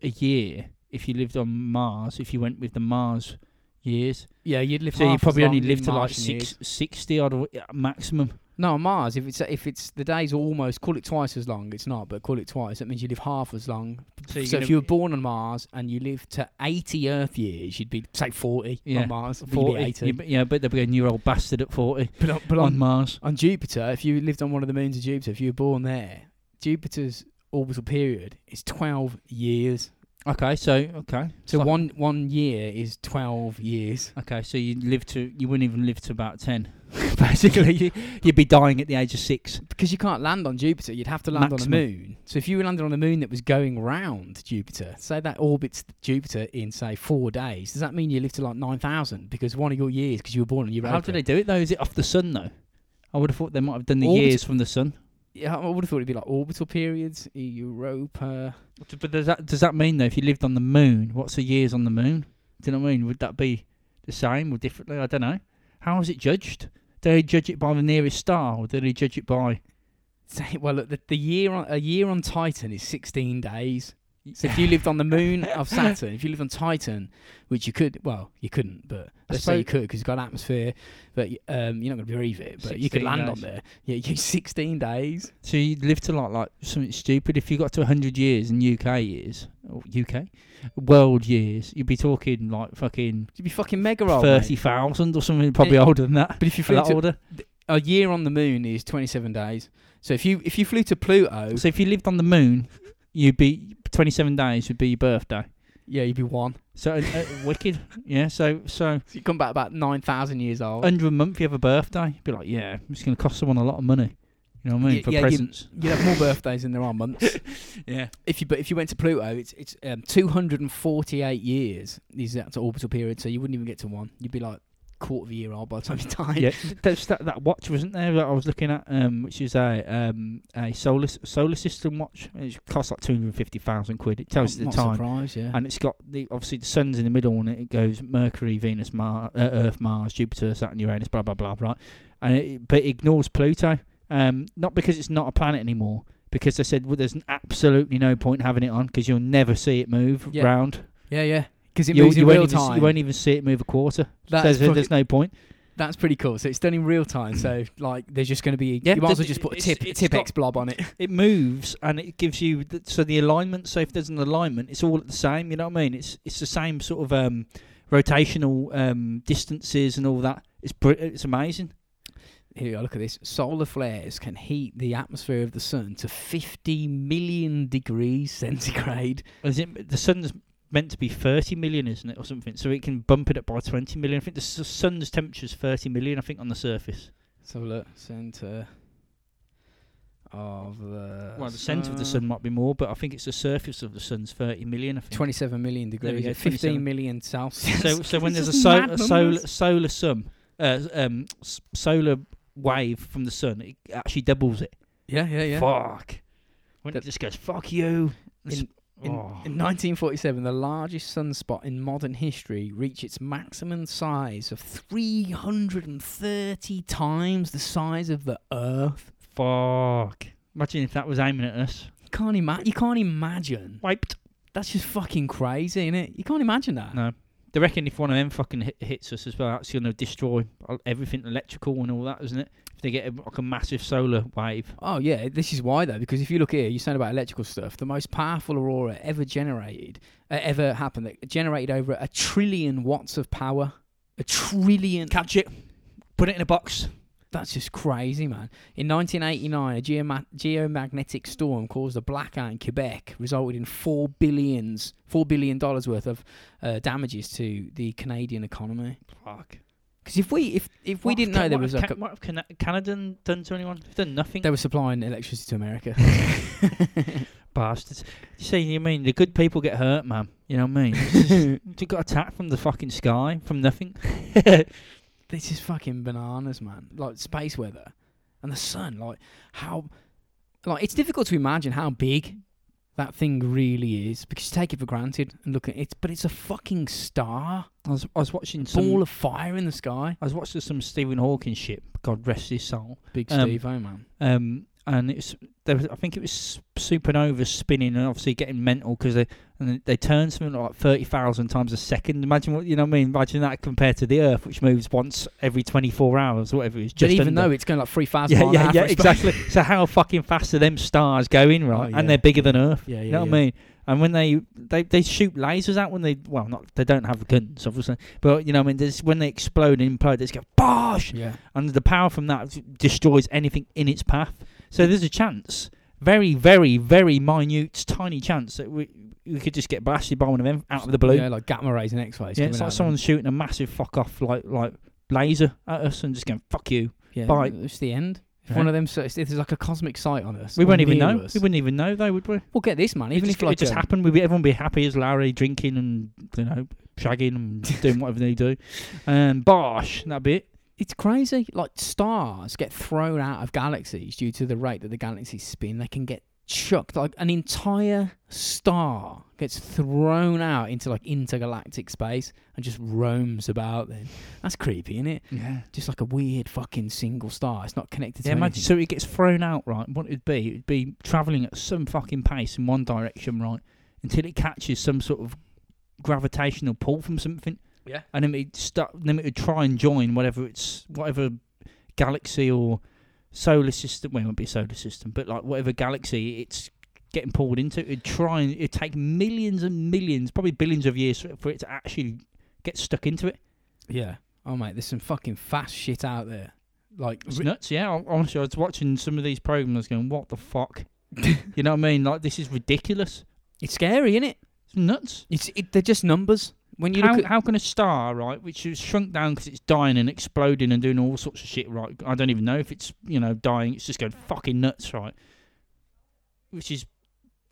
[SPEAKER 2] a year if you lived on Mars. If you went with the Mars years,
[SPEAKER 1] yeah, you'd live.
[SPEAKER 2] so you
[SPEAKER 1] half as
[SPEAKER 2] probably only
[SPEAKER 1] long
[SPEAKER 2] live
[SPEAKER 1] in
[SPEAKER 2] to like
[SPEAKER 1] Martian years.
[SPEAKER 2] six, 60 odd or, uh, maximum.
[SPEAKER 1] No, on Mars, if it's if it's the days almost call it twice as long. It's not, but call it twice. That means you live half as long.
[SPEAKER 2] So,
[SPEAKER 1] So if you were born on Mars and you lived to 80 Earth years, you'd be say 40
[SPEAKER 2] Yeah,
[SPEAKER 1] on Mars. You'd be
[SPEAKER 2] 40,
[SPEAKER 1] 80.
[SPEAKER 2] you, yeah, but they'll be going, you old bastard at forty
[SPEAKER 1] but on, but
[SPEAKER 2] on
[SPEAKER 1] on
[SPEAKER 2] Mars.
[SPEAKER 1] on Jupiter, if you lived on one of the moons of Jupiter, if you were born there, Jupiter's orbital period is 12 years.
[SPEAKER 2] Okay, so okay,
[SPEAKER 1] So
[SPEAKER 2] Fuck.
[SPEAKER 1] one one year is 12 years.
[SPEAKER 2] Okay, so you live to you wouldn't even live to about ten. Basically, you, you'd be dying at the age of six.
[SPEAKER 1] Because you can't land on Jupiter, you'd have to land
[SPEAKER 2] Maximum.
[SPEAKER 1] on a moon. So if you landed on a moon that was going round Jupiter, say that orbits Jupiter in say 4 days, does that mean you live to like 9,000 because one of your years because you were born on Europa?
[SPEAKER 2] How do they do it though? Is it off the sun though? I would have thought they might have done the
[SPEAKER 1] Orbit-
[SPEAKER 2] years from the sun.
[SPEAKER 1] Yeah, I would have thought it'd be like orbital periods, Europa.
[SPEAKER 2] D- But does that does that mean though, if you lived on the moon, what's the years on the moon? Do you know what I mean? Would that be the same or differently? I don't know. How is it judged? Do they judge it by the nearest star, or do they judge it by?
[SPEAKER 1] Say, well, look, the, the year on, a year on Titan is 16 days. So if you lived on the moon of Saturn, if you lived on Titan, which you could, well, you couldn't, but
[SPEAKER 2] I
[SPEAKER 1] let's say you
[SPEAKER 2] suppose-
[SPEAKER 1] could because you've got an atmosphere, but y- um, you're not going to breathe it, but you could
[SPEAKER 2] 16
[SPEAKER 1] land on
[SPEAKER 2] days.
[SPEAKER 1] there. Yeah, you 16 days.
[SPEAKER 2] So you live to like like something stupid. If you got to hundred years in UK years, or UK world years, you'd be talking like fucking
[SPEAKER 1] You'd be fucking mega old. mate.
[SPEAKER 2] thirty thousand or something. Probably older than that.
[SPEAKER 1] But if you
[SPEAKER 2] A
[SPEAKER 1] flew
[SPEAKER 2] lot
[SPEAKER 1] to,
[SPEAKER 2] older.
[SPEAKER 1] a year on the moon is 27 days. So if you if you flew to Pluto,
[SPEAKER 2] So if you lived on the moon, you'd be twenty-seven days would be your birthday.
[SPEAKER 1] yeah, you'd be one.
[SPEAKER 2] So uh, wicked, yeah. So so
[SPEAKER 1] So you come back about 9,000 years old.
[SPEAKER 2] under a month you have a birthday, be like, yeah, it's going to cost someone a lot of money. You know what I mean?
[SPEAKER 1] Yeah,
[SPEAKER 2] For
[SPEAKER 1] yeah, you-
[SPEAKER 2] presents.
[SPEAKER 1] You'd have more birthdays than there are months.
[SPEAKER 2] Yeah.
[SPEAKER 1] If you but if you went to Pluto, it's it's um, 248 years is that orbital period, so you wouldn't even get to one. You'd be like quarter of a year old by the time he died.
[SPEAKER 2] Yeah, th- there's that, that watch wasn't there that I was looking at, um, which is a um, a solar s- solar system watch. It costs like two hundred fifty thousand quid. It tells you
[SPEAKER 1] not,
[SPEAKER 2] the
[SPEAKER 1] not
[SPEAKER 2] time,
[SPEAKER 1] surprised, yeah.
[SPEAKER 2] and it's got the obviously the sun's in the middle, and it goes Mercury, Venus, Mar- uh, Earth, Mars, Jupiter, Saturn, Uranus, blah blah blah, right? And it, but it ignores Pluto, um, not because it's not a planet anymore, because they said well, there's absolutely no point having it on because you'll never see it move
[SPEAKER 1] Yeah.
[SPEAKER 2] round.
[SPEAKER 1] yeah, yeah. Because it
[SPEAKER 2] You'll-
[SPEAKER 1] moves
[SPEAKER 2] you
[SPEAKER 1] in
[SPEAKER 2] won't
[SPEAKER 1] real
[SPEAKER 2] even s-
[SPEAKER 1] time.
[SPEAKER 2] you won't even see it move a quarter.
[SPEAKER 1] That's
[SPEAKER 2] There's,
[SPEAKER 1] fucking-
[SPEAKER 2] there's no point.
[SPEAKER 1] That's pretty cool. So it's done in real time. So like, there's just going to be.
[SPEAKER 2] Yeah,
[SPEAKER 1] you might as
[SPEAKER 2] th-
[SPEAKER 1] well just put a
[SPEAKER 2] it's-
[SPEAKER 1] tip,
[SPEAKER 2] it's
[SPEAKER 1] tip
[SPEAKER 2] got-
[SPEAKER 1] X blob on it.
[SPEAKER 2] it moves and it gives you the, so the alignment. So if there's an alignment, it's all the same. You know what I mean? It's it's the same sort of um, rotational um, distances and all that. It's br- it's amazing.
[SPEAKER 1] Here, we are, look at this. Solar flares can heat the atmosphere of the sun to 50 million degrees centigrade.
[SPEAKER 2] Is it the sun's meant to be 30 million, isn't it, or something? So it can bump it up by 20 million. I think the s- sun's temperature's 30 million. I think on the surface.
[SPEAKER 1] Let's have a look. Center of the.
[SPEAKER 2] well, the centre of
[SPEAKER 1] uh,
[SPEAKER 2] the sun might be more, but I think it's the surface of the sun's 30 million. I think.
[SPEAKER 1] 27 million
[SPEAKER 2] There we
[SPEAKER 1] degrees.
[SPEAKER 2] go,
[SPEAKER 1] at 15
[SPEAKER 2] 27.
[SPEAKER 1] million Celsius.
[SPEAKER 2] so so when
[SPEAKER 1] This
[SPEAKER 2] there's a,
[SPEAKER 1] is
[SPEAKER 2] sol-
[SPEAKER 1] mad
[SPEAKER 2] a
[SPEAKER 1] numbers.
[SPEAKER 2] solar solar sum uh, um s- solar wave from the sun it actually doubles it
[SPEAKER 1] Yeah, yeah, yeah.
[SPEAKER 2] fuck when
[SPEAKER 1] That-
[SPEAKER 2] it just goes fuck you It's-
[SPEAKER 1] In,
[SPEAKER 2] oh.
[SPEAKER 1] in 1947, the largest sunspot in modern history reached its maximum size of 330 times the size of the Earth.
[SPEAKER 2] fuck imagine if that was aiming at us
[SPEAKER 1] Can't ima- you can't imagine.
[SPEAKER 2] wiped
[SPEAKER 1] That's just fucking crazy, isn't it? You can't imagine that.
[SPEAKER 2] no they reckon if one of them fucking hit, hits us as well that's going to destroy all- everything electrical and all that isn't it if they get a, like a massive solar wave
[SPEAKER 1] Oh yeah, this is why though, because if you look here, you saying about electrical stuff. The most powerful aurora ever generated, uh, ever happened, that generated over a trillion watts of power. A trillion.
[SPEAKER 2] catch it put it in a box
[SPEAKER 1] That's just crazy, man. In 1989, a geoma- geomagnetic storm caused a blackout in Quebec, resulted in four billions, four billion dollars worth of uh, damages to the Canadian economy.
[SPEAKER 2] fuck
[SPEAKER 1] Because if we if if we
[SPEAKER 2] What
[SPEAKER 1] didn't know
[SPEAKER 2] have Ca-
[SPEAKER 1] there
[SPEAKER 2] what
[SPEAKER 1] was
[SPEAKER 2] have
[SPEAKER 1] like
[SPEAKER 2] Ca-
[SPEAKER 1] a,
[SPEAKER 2] what have Cana- Canada done- done to anyone they've done nothing
[SPEAKER 1] they were supplying electricity to America.
[SPEAKER 2] bastards. You see, you mean the good people get hurt, man? You know what I mean? It's just- they got attacked from the fucking sky, from nothing.
[SPEAKER 1] this is fucking bananas, man. Like space weather and the sun. Like how, like it's difficult to imagine how big that thing really is because you take it for granted and look at it. But it's a fucking star,
[SPEAKER 2] I was, I was watching some.
[SPEAKER 1] ball of fire in the sky.
[SPEAKER 2] I was watching some Stephen Hawking shit. God rest his soul.
[SPEAKER 1] Big
[SPEAKER 2] Um,
[SPEAKER 1] Steve, oh man.
[SPEAKER 2] Um, and it's there was, I think it was s- supernovas spinning and obviously getting mental because they and they- they turn something like thirty thousand times a second. Imagine what you know what I mean. Imagine that compared to the Earth, which moves once every twenty four hours, whatever it is.
[SPEAKER 1] But
[SPEAKER 2] Just
[SPEAKER 1] even
[SPEAKER 2] under.
[SPEAKER 1] though it's going like three thousand
[SPEAKER 2] yeah,
[SPEAKER 1] miles an
[SPEAKER 2] yeah,
[SPEAKER 1] hour for
[SPEAKER 2] yeah,
[SPEAKER 1] a space-
[SPEAKER 2] exactly. so how fucking fast are them stars going, right?
[SPEAKER 1] Oh, yeah.
[SPEAKER 2] And they're bigger than Earth.
[SPEAKER 1] Yeah, yeah.
[SPEAKER 2] you know what I mean? And when they, they they shoot lasers out when they well not they don't have guns obviously, but you know what I mean. There's, when they explode and implode, they just go bosh,
[SPEAKER 1] Yeah.
[SPEAKER 2] and the power from that destroys anything in its path. So there's a chance, very very very minute, tiny chance that we we could just get blasted by one of them out of the blue.
[SPEAKER 1] Yeah,
[SPEAKER 2] Yeah,
[SPEAKER 1] like gamma rays and X rays.
[SPEAKER 2] it's like someone shooting a massive fuck off like like laser at us and just going fuck you.
[SPEAKER 1] Yeah,
[SPEAKER 2] bite.
[SPEAKER 1] it's the end. If
[SPEAKER 2] Yeah.
[SPEAKER 1] one of them, so if there's like a cosmic sight on us,
[SPEAKER 2] We
[SPEAKER 1] or
[SPEAKER 2] won't even
[SPEAKER 1] near
[SPEAKER 2] know.
[SPEAKER 1] us-
[SPEAKER 2] We wouldn't even know though, would we?
[SPEAKER 1] Well, get this, man.
[SPEAKER 2] Even
[SPEAKER 1] Even
[SPEAKER 2] just,
[SPEAKER 1] if
[SPEAKER 2] if
[SPEAKER 1] like um,
[SPEAKER 2] it just
[SPEAKER 1] a-
[SPEAKER 2] happened, we'd be, everyone be happy as Larry, drinking and you know shagging and doing whatever they do. Um, bosh, that bit.
[SPEAKER 1] It's crazy. Like stars get thrown out of galaxies due to the rate that the galaxies spin. They can get chucked. Like an entire star gets thrown out into like intergalactic space and just roams about. Then that's creepy, isn't it?
[SPEAKER 2] Yeah.
[SPEAKER 1] Just like a weird fucking single star. It's not connected to
[SPEAKER 2] Yeah, imagine,
[SPEAKER 1] anything.
[SPEAKER 2] so it gets thrown out, right? What it'd be, it'd be travelling at some fucking pace in one direction, right, until it catches some sort of gravitational pull from something.
[SPEAKER 1] Yeah.
[SPEAKER 2] And then it start, then it would try and join whatever it's whatever galaxy or solar system. Well, it won't be a solar system, but like whatever galaxy it's getting pulled into, it'd try and it'd take millions and millions, probably billions of years for for it to actually get stuck into it.
[SPEAKER 1] Yeah. Oh mate, there's some fucking fast shit out there. Like
[SPEAKER 2] It's nuts, yeah. hon- Honestly, I was watching some of these programs going, what the fuck? you know what I mean? Like, this is ridiculous.
[SPEAKER 1] it's scary, isn't it?
[SPEAKER 2] It's nuts.
[SPEAKER 1] It's it, they're just numbers. When you
[SPEAKER 2] how,
[SPEAKER 1] look at
[SPEAKER 2] how can a star, right, which is shrunk down because it's dying and exploding and doing all sorts of shit, right? I don't even know if it's, you know, dying. It's just going fucking nuts, right? Which is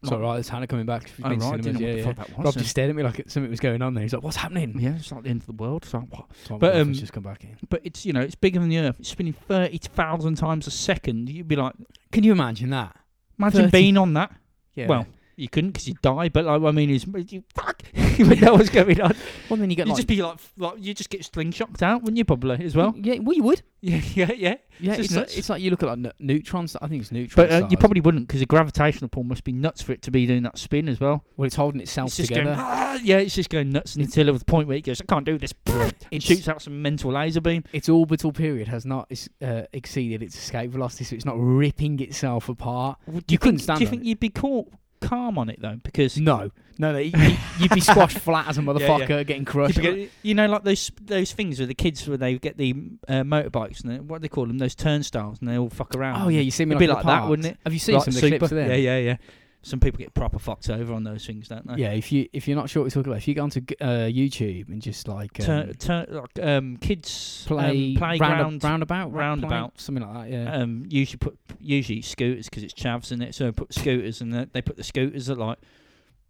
[SPEAKER 1] It's all right. It's Hannah coming back. She's
[SPEAKER 2] Oh,
[SPEAKER 1] been
[SPEAKER 2] right,
[SPEAKER 1] to
[SPEAKER 2] I didn't
[SPEAKER 1] cinemas,
[SPEAKER 2] know what
[SPEAKER 1] yeah,
[SPEAKER 2] the
[SPEAKER 1] yeah.
[SPEAKER 2] fuck that was.
[SPEAKER 1] Rob just stared at me like it- something was going on there. He's like, "What's happening?"
[SPEAKER 2] yeah, it's like the end of the world. So what?
[SPEAKER 1] It's like,
[SPEAKER 2] But,
[SPEAKER 1] "Well,
[SPEAKER 2] um,
[SPEAKER 1] it's just come back in.
[SPEAKER 2] But it's you know it's bigger than the Earth. It's spinning thirty thousand times a second. You'd be like,
[SPEAKER 1] Can you imagine that?
[SPEAKER 2] imagine
[SPEAKER 1] 30
[SPEAKER 2] being on that.
[SPEAKER 1] Yeah.
[SPEAKER 2] Well, you couldn't because you'd die. But like, I mean, it's you fuck. you wouldn't know what's going on.
[SPEAKER 1] well, then you get
[SPEAKER 2] You'd
[SPEAKER 1] like,
[SPEAKER 2] just be like, f- like you just get slingshocked out, wouldn't you? Probably as well.
[SPEAKER 1] yeah, well, you would.
[SPEAKER 2] Yeah, yeah, yeah.
[SPEAKER 1] Yeah,
[SPEAKER 2] It's
[SPEAKER 1] it's,
[SPEAKER 2] just
[SPEAKER 1] like,
[SPEAKER 2] nuts.
[SPEAKER 1] it's like you look at like ne- neutrons. I think it's neutrons.
[SPEAKER 2] But uh, you probably wouldn't because the gravitational pull must be nuts for it to be doing that spin as well.
[SPEAKER 1] well, it's holding itself
[SPEAKER 2] It's just
[SPEAKER 1] together.
[SPEAKER 2] going, "Ah," yeah, it's just going nuts until the point where it goes, I can't do this. It
[SPEAKER 1] It's-
[SPEAKER 2] shoots out some mental laser beam.
[SPEAKER 1] its orbital period has not is- uh, exceeded its escape velocity, so it's not ripping itself apart.
[SPEAKER 2] Would
[SPEAKER 1] You couldn't
[SPEAKER 2] think-
[SPEAKER 1] stand
[SPEAKER 2] Do you
[SPEAKER 1] on
[SPEAKER 2] think
[SPEAKER 1] it.
[SPEAKER 2] you'd be caught calm on it though? Because
[SPEAKER 1] No, no, no you, you- you'd be squashed flat as a motherfucker, getting crushed.
[SPEAKER 2] you, get- you know, like those those things with the kids where they get the uh, motorbikes and they, what do they call them, those turnstiles, and they all fuck around.
[SPEAKER 1] oh yeah, you see me
[SPEAKER 2] It'd be
[SPEAKER 1] in the
[SPEAKER 2] like that,
[SPEAKER 1] parks.
[SPEAKER 2] wouldn't it?
[SPEAKER 1] Have you seen
[SPEAKER 2] Like
[SPEAKER 1] some of the
[SPEAKER 2] super-
[SPEAKER 1] clips of them?
[SPEAKER 2] Yeah, yeah, yeah. Some people get proper fucked over on those things, don't they?
[SPEAKER 1] Yeah, if you if you're not sure what you're talking about, if you go onto uh, YouTube and just like um,
[SPEAKER 2] Turn, turn, like, um, kids
[SPEAKER 1] play
[SPEAKER 2] um, playground
[SPEAKER 1] rounda- roundabout, ra-
[SPEAKER 2] roundabout.
[SPEAKER 1] play- something like that. Yeah,
[SPEAKER 2] um, usually put usually scooters because it's chavs in it. So they put scooters and they, they put the scooters at like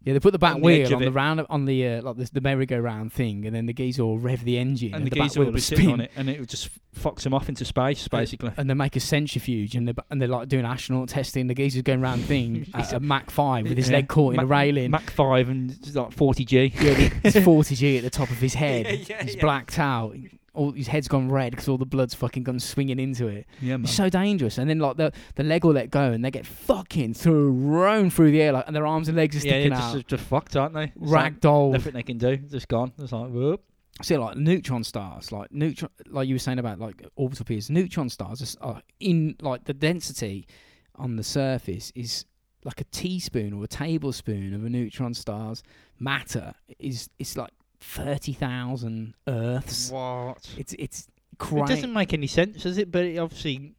[SPEAKER 1] yeah. They put the back
[SPEAKER 2] on the edge
[SPEAKER 1] wheel
[SPEAKER 2] of
[SPEAKER 1] on the
[SPEAKER 2] it.
[SPEAKER 1] round on the uh, like the, the merry-go-round thing, and then the geezer will rev the engine,
[SPEAKER 2] and the,
[SPEAKER 1] back
[SPEAKER 2] geezer
[SPEAKER 1] wheel
[SPEAKER 2] will be sitting
[SPEAKER 1] spin Uh,
[SPEAKER 2] on it and it would just fucks them off into space basically.
[SPEAKER 1] and they make a centrifuge and they're, and they're like doing astronaut testing. The geezer's going round thing at a Mach 5 with his
[SPEAKER 2] Yeah.
[SPEAKER 1] leg caught in a
[SPEAKER 2] Mac-
[SPEAKER 1] railing.
[SPEAKER 2] Mac five and it's like forty G.
[SPEAKER 1] yeah, it's 40G at the top of his head.
[SPEAKER 2] Yeah, yeah,
[SPEAKER 1] he's
[SPEAKER 2] yeah.
[SPEAKER 1] blacked out. All his head's gone red because all the blood's fucking gone swinging into it.
[SPEAKER 2] Yeah, man.
[SPEAKER 1] It's so dangerous. And then like the the leg will let go and they get fucking thrown through the air like, and their arms and legs are
[SPEAKER 2] yeah,
[SPEAKER 1] sticking
[SPEAKER 2] yeah,
[SPEAKER 1] out.
[SPEAKER 2] just, just fucked, aren't they? It's like
[SPEAKER 1] Ragdoll.
[SPEAKER 2] nothing they can do. Just gone. It's like whoop.
[SPEAKER 1] See, like neutron stars, like neutron, like you were saying about like orbital periods, neutron stars are s- are in like the density on the surface is like a teaspoon or a tablespoon of a neutron star's matter is it's like thirty thousand Earths.
[SPEAKER 2] What?
[SPEAKER 1] It's it's
[SPEAKER 2] It
[SPEAKER 1] crazy.
[SPEAKER 2] doesn't make any sense, does it? But it obviously,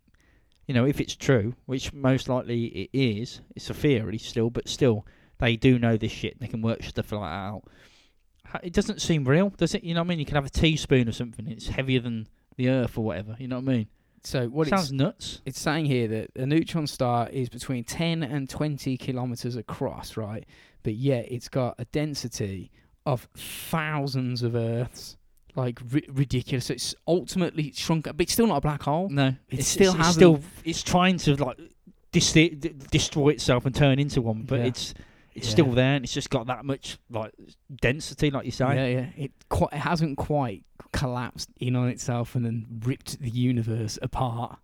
[SPEAKER 2] you know, if it's true, which most likely it is, it's a theory still, but still, they do know this shit. They can work stuff like that out. Ha- It doesn't seem real, does it? You know what I mean? You can have a teaspoon or something, it's heavier than the Earth or whatever. You know what I mean?
[SPEAKER 1] So what
[SPEAKER 2] Sounds
[SPEAKER 1] it's
[SPEAKER 2] nuts.
[SPEAKER 1] it's saying here that a neutron star is between ten and twenty kilometers across, right? But yet it's got a density of thousands of Earths, like ri- ridiculous. So it's ultimately shrunk, but it's still not a black hole.
[SPEAKER 2] No,
[SPEAKER 1] It still
[SPEAKER 2] it's
[SPEAKER 1] hasn't-
[SPEAKER 2] still it's trying to like dis- d- destroy itself and turn into one, but
[SPEAKER 1] Yeah.
[SPEAKER 2] it's it's
[SPEAKER 1] Yeah.
[SPEAKER 2] still there and it's just got that much like density, like you say.
[SPEAKER 1] Yeah, yeah. It quite it hasn't quite collapsed in on itself and then ripped the universe apart.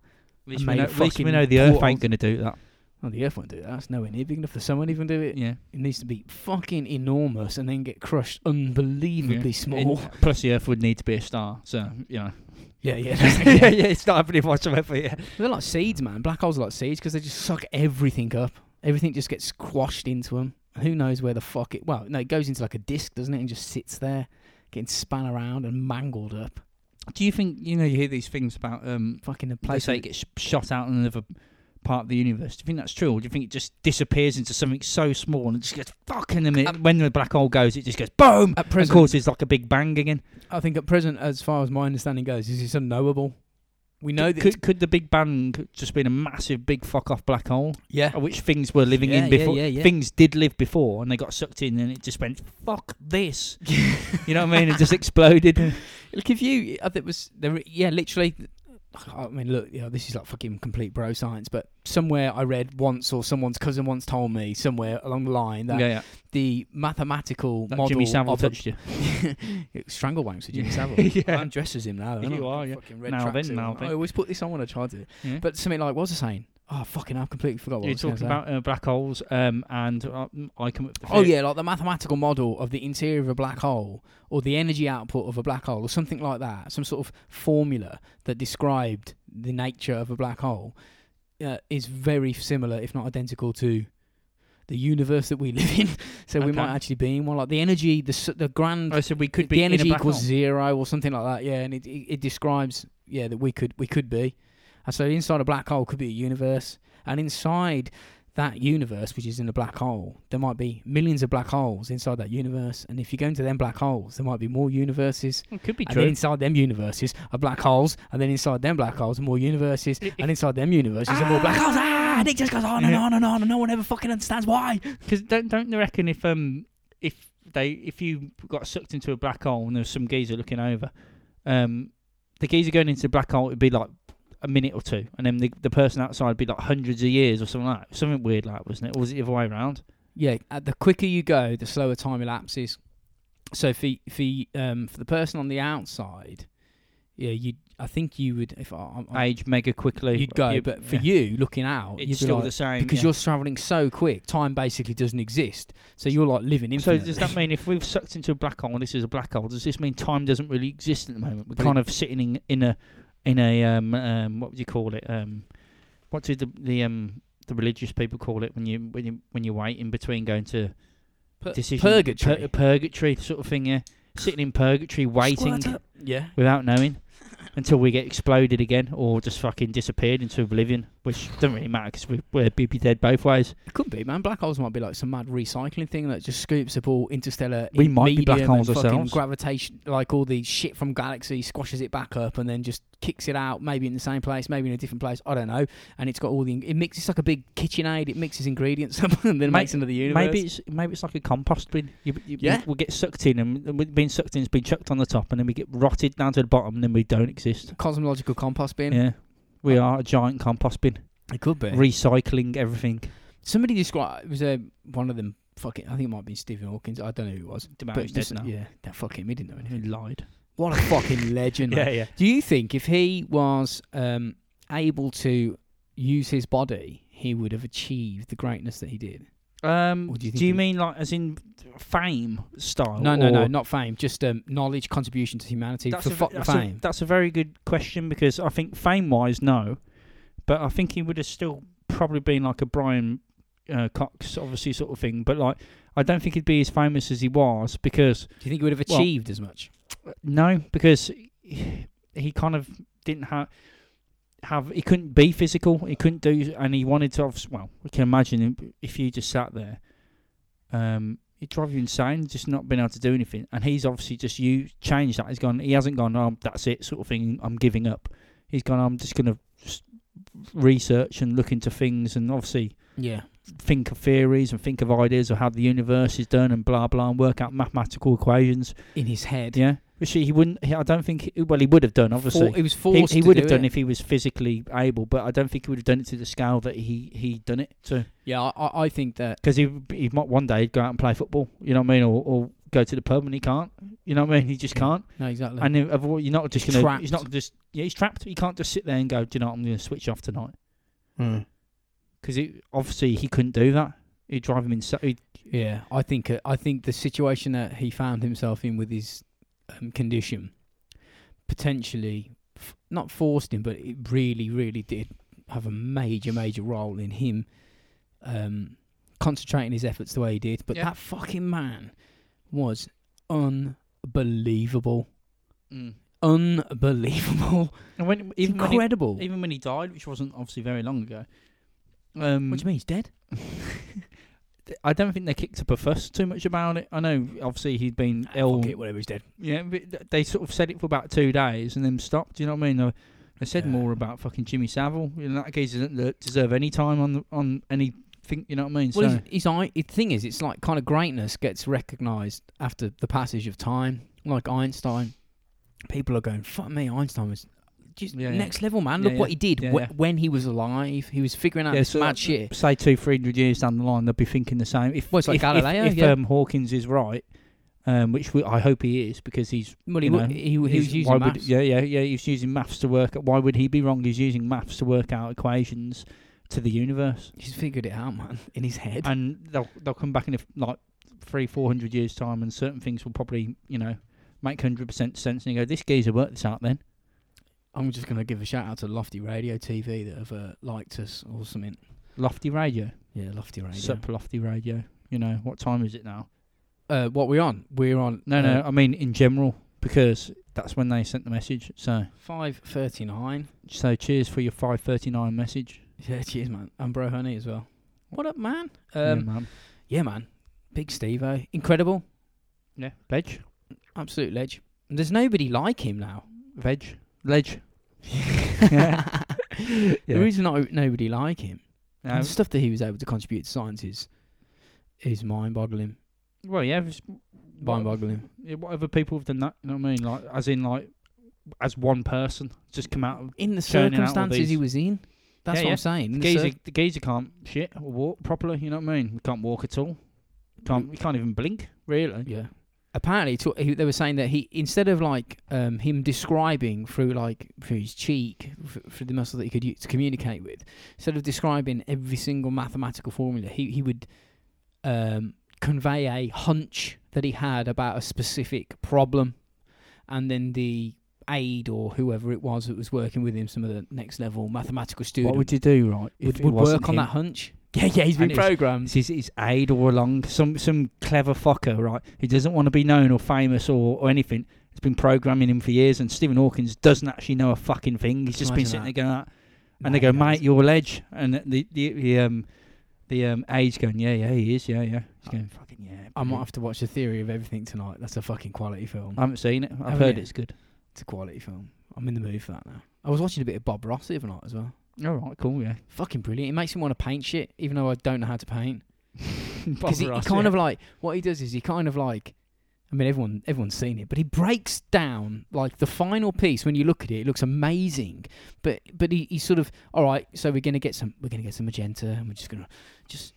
[SPEAKER 2] At least, we
[SPEAKER 1] Made
[SPEAKER 2] know, at least we
[SPEAKER 1] fucking
[SPEAKER 2] know the Earth
[SPEAKER 1] portals.
[SPEAKER 2] ain't going to do that.
[SPEAKER 1] Oh, the Earth won't do that. It's nowhere near big enough for someone to even do it.
[SPEAKER 2] Yeah.
[SPEAKER 1] It needs to be fucking enormous and then get crushed unbelievably
[SPEAKER 2] Yeah.
[SPEAKER 1] small.
[SPEAKER 2] And plus, the Earth would need to be a star, so you know.
[SPEAKER 1] yeah, yeah.
[SPEAKER 2] yeah, yeah, it's not happening whatsoever. Yeah.
[SPEAKER 1] They're like seeds, man. Black holes are like seeds because they just suck everything up. Everything just gets squashed into them. Who knows where the fuck it? Well, no, it goes into like a disc, doesn't it, and just sits there, getting spun around and mangled up.
[SPEAKER 2] Do you think you know? You hear these things about um,
[SPEAKER 1] Fucking the place.
[SPEAKER 2] place say it gets sh- shot out in another part of the universe. Do you think that's true, or do you think it just disappears into something so small and it just gets fucking? And it, when the black hole goes, it just goes boom
[SPEAKER 1] at
[SPEAKER 2] and
[SPEAKER 1] present,
[SPEAKER 2] causes like a big bang again.
[SPEAKER 1] I think at present, as far as my understanding goes, is it's unknowable. We know that.
[SPEAKER 2] could could the big bang just been a massive big fuck off black hole, uh,
[SPEAKER 1] yeah.
[SPEAKER 2] which things were living
[SPEAKER 1] Yeah,
[SPEAKER 2] in
[SPEAKER 1] yeah,
[SPEAKER 2] before?
[SPEAKER 1] yeah, yeah.
[SPEAKER 2] Things did live before, and they got sucked in, and it just went fuck this. You know what I mean? It just exploded.
[SPEAKER 1] Look, if you, I think it was there. Yeah, literally. I mean, look, you know, this is like fucking complete bro science, but somewhere I read once, or someone's cousin once told me somewhere along the line that
[SPEAKER 2] yeah.
[SPEAKER 1] the mathematical
[SPEAKER 2] That
[SPEAKER 1] model
[SPEAKER 2] Jimmy Savile
[SPEAKER 1] of the
[SPEAKER 2] touched you.
[SPEAKER 1] strangle wanks with Jimmy
[SPEAKER 2] Yeah.
[SPEAKER 1] Savile.
[SPEAKER 2] Yeah.
[SPEAKER 1] I'm dressed as him now.
[SPEAKER 2] You
[SPEAKER 1] aren't I?
[SPEAKER 2] are, yeah.
[SPEAKER 1] Fucking red
[SPEAKER 2] Now then,
[SPEAKER 1] tracksuit.
[SPEAKER 2] now then.
[SPEAKER 1] I always put this on when I try to.
[SPEAKER 2] Yeah.
[SPEAKER 1] But something like, what was I saying? Oh, fucking hell, I completely forgot what I
[SPEAKER 2] You're
[SPEAKER 1] was gonna
[SPEAKER 2] talking
[SPEAKER 1] say.
[SPEAKER 2] about uh, black holes, um, and uh, mm, I come up with the
[SPEAKER 1] Oh
[SPEAKER 2] theory-
[SPEAKER 1] yeah, like the mathematical model of the interior of a black hole, or the energy output of a black hole, or something like that. Some sort of formula that described the nature of a black hole uh, is very similar, if not identical, to the universe that we live in. so we
[SPEAKER 2] Okay.
[SPEAKER 1] might actually be in one. Like the energy, the s- the grand
[SPEAKER 2] Oh, so we could be
[SPEAKER 1] the
[SPEAKER 2] in a
[SPEAKER 1] energy
[SPEAKER 2] black
[SPEAKER 1] equals
[SPEAKER 2] hole.
[SPEAKER 1] zero or something like that. Yeah, and it, it, it describes yeah that we could we could be, and so inside a black hole could be a universe, and inside that universe, which is in a black hole, there might be millions of black holes inside that universe. And if you go into them black holes, there might be more universes.
[SPEAKER 2] It could be
[SPEAKER 1] And
[SPEAKER 2] true.
[SPEAKER 1] then inside them universes are black holes, and then inside them black holes are more universes,
[SPEAKER 2] If-
[SPEAKER 1] and inside them universes are more black holes. Ah, and it just goes on and
[SPEAKER 2] Yeah.
[SPEAKER 1] on and on, and no one ever fucking understands why.
[SPEAKER 2] Because don't don't they reckon if um if they if you got sucked into a black hole and there's some geezer looking over, um the geezer going into the black hole would be like a minute or two, and then the the person outside would be like hundreds of years or something like that. something weird like that, wasn't it? Or was it the other way around?
[SPEAKER 1] Yeah, uh, the quicker you go, the slower time elapses. So for y- for y- um for the person on the outside, yeah, you I think you would if I, I'm- I'm-
[SPEAKER 2] Age mega quickly.
[SPEAKER 1] you'd go,
[SPEAKER 2] You-
[SPEAKER 1] but for
[SPEAKER 2] yeah.
[SPEAKER 1] you looking out, you'd be
[SPEAKER 2] it's still
[SPEAKER 1] like-
[SPEAKER 2] the same
[SPEAKER 1] because
[SPEAKER 2] yeah.
[SPEAKER 1] you're traveling so quick, time basically doesn't exist. So you're like living
[SPEAKER 2] So
[SPEAKER 1] infinitely.
[SPEAKER 2] does that mean if we've sucked into a black hole and this is a black hole, does this mean time doesn't really exist at the moment? We're
[SPEAKER 1] But it-
[SPEAKER 2] kind of sitting in, in a in a um, um what would you call it? Um what do the the um the religious people call it when you when you when you wait in between going to
[SPEAKER 1] Pur-
[SPEAKER 2] decision
[SPEAKER 1] Uh, purgatory?
[SPEAKER 2] pur- purgatory sort of thing, yeah. Sitting in purgatory waiting
[SPEAKER 1] yeah,
[SPEAKER 2] without knowing until we get exploded again or just fucking disappeared into oblivion, which doesn't really matter because we, we're be dead both ways.
[SPEAKER 1] it could be, man. Black holes might be like some mad recycling thing that just scoops up all interstellar.
[SPEAKER 2] We might be black
[SPEAKER 1] medium and
[SPEAKER 2] holes
[SPEAKER 1] fucking
[SPEAKER 2] ourselves.
[SPEAKER 1] Gravitation, like all the shit from galaxies, squashes it back up and then just kicks it out. Maybe in the same place, maybe in a different place. I don't know. And it's got all the it mixes it's like a big KitchenAid. It mixes ingredients up and then
[SPEAKER 2] May-
[SPEAKER 1] makes another universe.
[SPEAKER 2] Maybe it's maybe it's like a compost bin. You, you,
[SPEAKER 1] Yeah.
[SPEAKER 2] We, we get sucked in, and and we've been sucked in. It's been chucked on the top, and then we get rotted down to the bottom, and then we don't exist.
[SPEAKER 1] cosmological compost bin.
[SPEAKER 2] Yeah. We are a giant compost bin,
[SPEAKER 1] It could be.
[SPEAKER 2] recycling everything.
[SPEAKER 1] Somebody described it was uh, one of them. Fucking, I think it might be Stephen Hawkins. I don't know who it was. But
[SPEAKER 2] Demario's dead
[SPEAKER 1] just,
[SPEAKER 2] now.
[SPEAKER 1] yeah, that fucking he didn't know anything.
[SPEAKER 2] He lied.
[SPEAKER 1] What a fucking legend! man.
[SPEAKER 2] yeah.
[SPEAKER 1] Do you think if he was um, able to use his body, he would have achieved the greatness that he did?
[SPEAKER 2] Um,
[SPEAKER 1] Or do
[SPEAKER 2] do
[SPEAKER 1] you
[SPEAKER 2] you,
[SPEAKER 1] think it-
[SPEAKER 2] mean like as in fame style?
[SPEAKER 1] no, no, no,
[SPEAKER 2] Oh, or-
[SPEAKER 1] not fame. Just um, knowledge, contribution to humanity.
[SPEAKER 2] That's
[SPEAKER 1] For
[SPEAKER 2] a,
[SPEAKER 1] fuck the
[SPEAKER 2] that's a-
[SPEAKER 1] fame.
[SPEAKER 2] that's a very good question because I think fame wise, no, but I think he would have still probably been like a Brian uh, Cox, obviously sort of thing. But like, I don't think he'd be as famous as he was because
[SPEAKER 1] Do you think he would have
[SPEAKER 2] Well-
[SPEAKER 1] achieved as much?
[SPEAKER 2] no, because he kind of didn't have have he couldn't be physical. He couldn't do, and he wanted to. obvi- Well, we can imagine if you just sat there, um, it'd drive you insane, just not being able to do anything. And he's obviously just you changed that. He's gone. He hasn't gone. Oh, that's it, sort of thing. I'm giving up. He's gone. I'm just gonna s- research and look into things, and obviously
[SPEAKER 1] Yeah.
[SPEAKER 2] think of theories and think of ideas of how the universe is done and blah blah, and work out mathematical equations.
[SPEAKER 1] In his head.
[SPEAKER 2] Yeah, which he wouldn't. He, I don't think. He, well, he would have done. Obviously,
[SPEAKER 1] For- he was
[SPEAKER 2] he,
[SPEAKER 1] forced.
[SPEAKER 2] he
[SPEAKER 1] to
[SPEAKER 2] would
[SPEAKER 1] do
[SPEAKER 2] have done
[SPEAKER 1] it.
[SPEAKER 2] if he was physically able, but I don't think he would have done it to the scale that he he done it to.
[SPEAKER 1] Yeah, I- I, I think that.
[SPEAKER 2] Because he he might one day go out and play football. You know what I mean? Or, or go to the pub and he can't. You know what I mean? He just
[SPEAKER 1] Yeah.
[SPEAKER 2] can't.
[SPEAKER 1] No, exactly.
[SPEAKER 2] And then otherwise you're not just gonna.
[SPEAKER 1] Trapped.
[SPEAKER 2] He's not just. Yeah, he's trapped. He can't just sit there and go. Do you know what? I'm gonna switch off tonight.
[SPEAKER 1] Mm.
[SPEAKER 2] Because obviously he couldn't do that. It'd drive him insane. He'd-
[SPEAKER 1] Yeah, I think uh, I think the situation that he found himself in with his um, condition potentially f- not forced him, but it really, really did have a major, major role in him um, concentrating his efforts the way he did. But
[SPEAKER 2] Yeah.
[SPEAKER 1] that fucking man was unbelievable, unbelievable,
[SPEAKER 2] And when
[SPEAKER 1] It's
[SPEAKER 2] even when he,
[SPEAKER 1] Mm. incredible.
[SPEAKER 2] even when he died, which wasn't obviously very long ago. Um,
[SPEAKER 1] what do you mean he's dead?
[SPEAKER 2] I don't think they kicked up a fuss too much about it. I know, obviously, he'd been ill.
[SPEAKER 1] Ah, Fuck it, whatever, he's dead.
[SPEAKER 2] Yeah, but th- they sort of said it for about two days and then stopped. Do you know what I mean? They, they said
[SPEAKER 1] Yeah.
[SPEAKER 2] more about fucking Jimmy Savile. You know, that case doesn't de- deserve any time on the, on anything. You know what I mean?
[SPEAKER 1] Well,
[SPEAKER 2] so,
[SPEAKER 1] his, his, i- the thing is, it's like kind of greatness gets recognised after the passage of time. Like Einstein, people are going, "Fuck me, Einstein was just
[SPEAKER 2] Yeah, yeah.
[SPEAKER 1] next level, man.
[SPEAKER 2] Yeah,
[SPEAKER 1] Look
[SPEAKER 2] yeah.
[SPEAKER 1] what he did
[SPEAKER 2] Yeah,
[SPEAKER 1] wh-
[SPEAKER 2] yeah.
[SPEAKER 1] when he was alive. He was figuring out
[SPEAKER 2] Yeah,
[SPEAKER 1] this
[SPEAKER 2] so uh,
[SPEAKER 1] mad
[SPEAKER 2] that-
[SPEAKER 1] shit."
[SPEAKER 2] say two, three hundred years down the line, they'll be thinking the same. If
[SPEAKER 1] Well, it's like
[SPEAKER 2] if,
[SPEAKER 1] Galileo,
[SPEAKER 2] if, if
[SPEAKER 1] yeah.
[SPEAKER 2] um, Hawkins is right, um, which we, I hope he is, because he's
[SPEAKER 1] Well, he,
[SPEAKER 2] you
[SPEAKER 1] wa-
[SPEAKER 2] know,
[SPEAKER 1] he, he was
[SPEAKER 2] He's-
[SPEAKER 1] using
[SPEAKER 2] why
[SPEAKER 1] maths.
[SPEAKER 2] Would, yeah, yeah, yeah. He was using maths to work. out Why would he be wrong? He's using maths to work out equations to the universe,
[SPEAKER 1] He's figured it out, man, in his head.
[SPEAKER 2] and they'll they'll come back in a f like three, four hundred years time, and certain things will probably you know make hundred percent sense. And you go, this geezer worked this out then.
[SPEAKER 1] I'm just gonna give a shout out to Lofty Radio TV that have uh, liked us or something.
[SPEAKER 2] Lofty radio,
[SPEAKER 1] Yeah, Lofty Radio.
[SPEAKER 2] sup lofty radio. You know what time is it now?
[SPEAKER 1] uh, what we on? We're on. uh,
[SPEAKER 2] No, uh, no. I mean in general because that's when they sent the message. So
[SPEAKER 1] Five thirty nine.
[SPEAKER 2] so cheers for your five thirty nine message.
[SPEAKER 1] Yeah, cheers, man. And Bro Honey as well. What up, man?
[SPEAKER 2] yeah,
[SPEAKER 1] Um,
[SPEAKER 2] man.
[SPEAKER 1] yeah, man. Big Steve, eh? Incredible.
[SPEAKER 2] Yeah, veg,
[SPEAKER 1] Absolute ledge. And there's nobody like him now.
[SPEAKER 2] veg, ledge.
[SPEAKER 1] There is not nobody like him.
[SPEAKER 2] No.
[SPEAKER 1] And the stuff that he was able to contribute to science is, is mind boggling.
[SPEAKER 2] Well, yeah, it's-
[SPEAKER 1] Mind boggling.
[SPEAKER 2] yeah, whatever people have done that. You know what I mean? Like, as in, like, as one person just come out. of-
[SPEAKER 1] In the
[SPEAKER 2] Churning out all
[SPEAKER 1] circumstances he
[SPEAKER 2] these-
[SPEAKER 1] was in, that's
[SPEAKER 2] Yeah,
[SPEAKER 1] what
[SPEAKER 2] yeah.
[SPEAKER 1] I'm saying.
[SPEAKER 2] The
[SPEAKER 1] In
[SPEAKER 2] geezer,
[SPEAKER 1] cir-
[SPEAKER 2] the geezer can't shit or walk properly. You know what I mean? We can't walk at all. Can't. We can't even blink. Really.
[SPEAKER 1] yeah. Apparently, to, he, they were saying that he, instead of like um, him describing through like through his cheek, f- through the muscle that he could use to communicate with, instead of describing every single mathematical formula, he he would um, convey a hunch that he had about a specific problem, and then the aide or whoever it was that was working with him, some of the next level mathematical student,
[SPEAKER 2] What would you do, right?
[SPEAKER 1] would, would work on that hunch. Yeah, yeah, he's
[SPEAKER 2] And
[SPEAKER 1] been
[SPEAKER 2] it was-
[SPEAKER 1] programmed.
[SPEAKER 2] It's his, his aide all along. Some some clever fucker, right? Who doesn't want to be known or famous or, or anything. It's been programming him for years, and Stephen Hawkins doesn't actually know a fucking thing. He's just been
[SPEAKER 1] Imagine
[SPEAKER 2] sitting
[SPEAKER 1] that.
[SPEAKER 2] there going, "Ah." and they go, "Mate, you're ledge," and the the, the um the um aide's going, "Yeah, yeah, he is, yeah, yeah." He's
[SPEAKER 1] Oh.
[SPEAKER 2] going, "Fucking yeah."
[SPEAKER 1] I might
[SPEAKER 2] brilliant."
[SPEAKER 1] have to watch The Theory of Everything tonight. That's a fucking quality film.
[SPEAKER 2] I haven't seen it. I've
[SPEAKER 1] Haven't
[SPEAKER 2] heard
[SPEAKER 1] you?
[SPEAKER 2] it's good.
[SPEAKER 1] It's a quality film. I'm in the mood for that now. I was watching a bit of Bob Ross the other night as well.
[SPEAKER 2] All right, cool, yeah.
[SPEAKER 1] Fucking brilliant. It makes me want to paint shit, even though I don't know how to paint.
[SPEAKER 2] Bob
[SPEAKER 1] Because he, he
[SPEAKER 2] Ross,
[SPEAKER 1] kind
[SPEAKER 2] yeah.
[SPEAKER 1] of like what he does is he kind of like. I mean, everyone everyone's seen it, but he breaks down like the final piece. When you look at it, it looks amazing. But but he, he sort of all right. So we're gonna get some we're gonna get some magenta, and we're just gonna just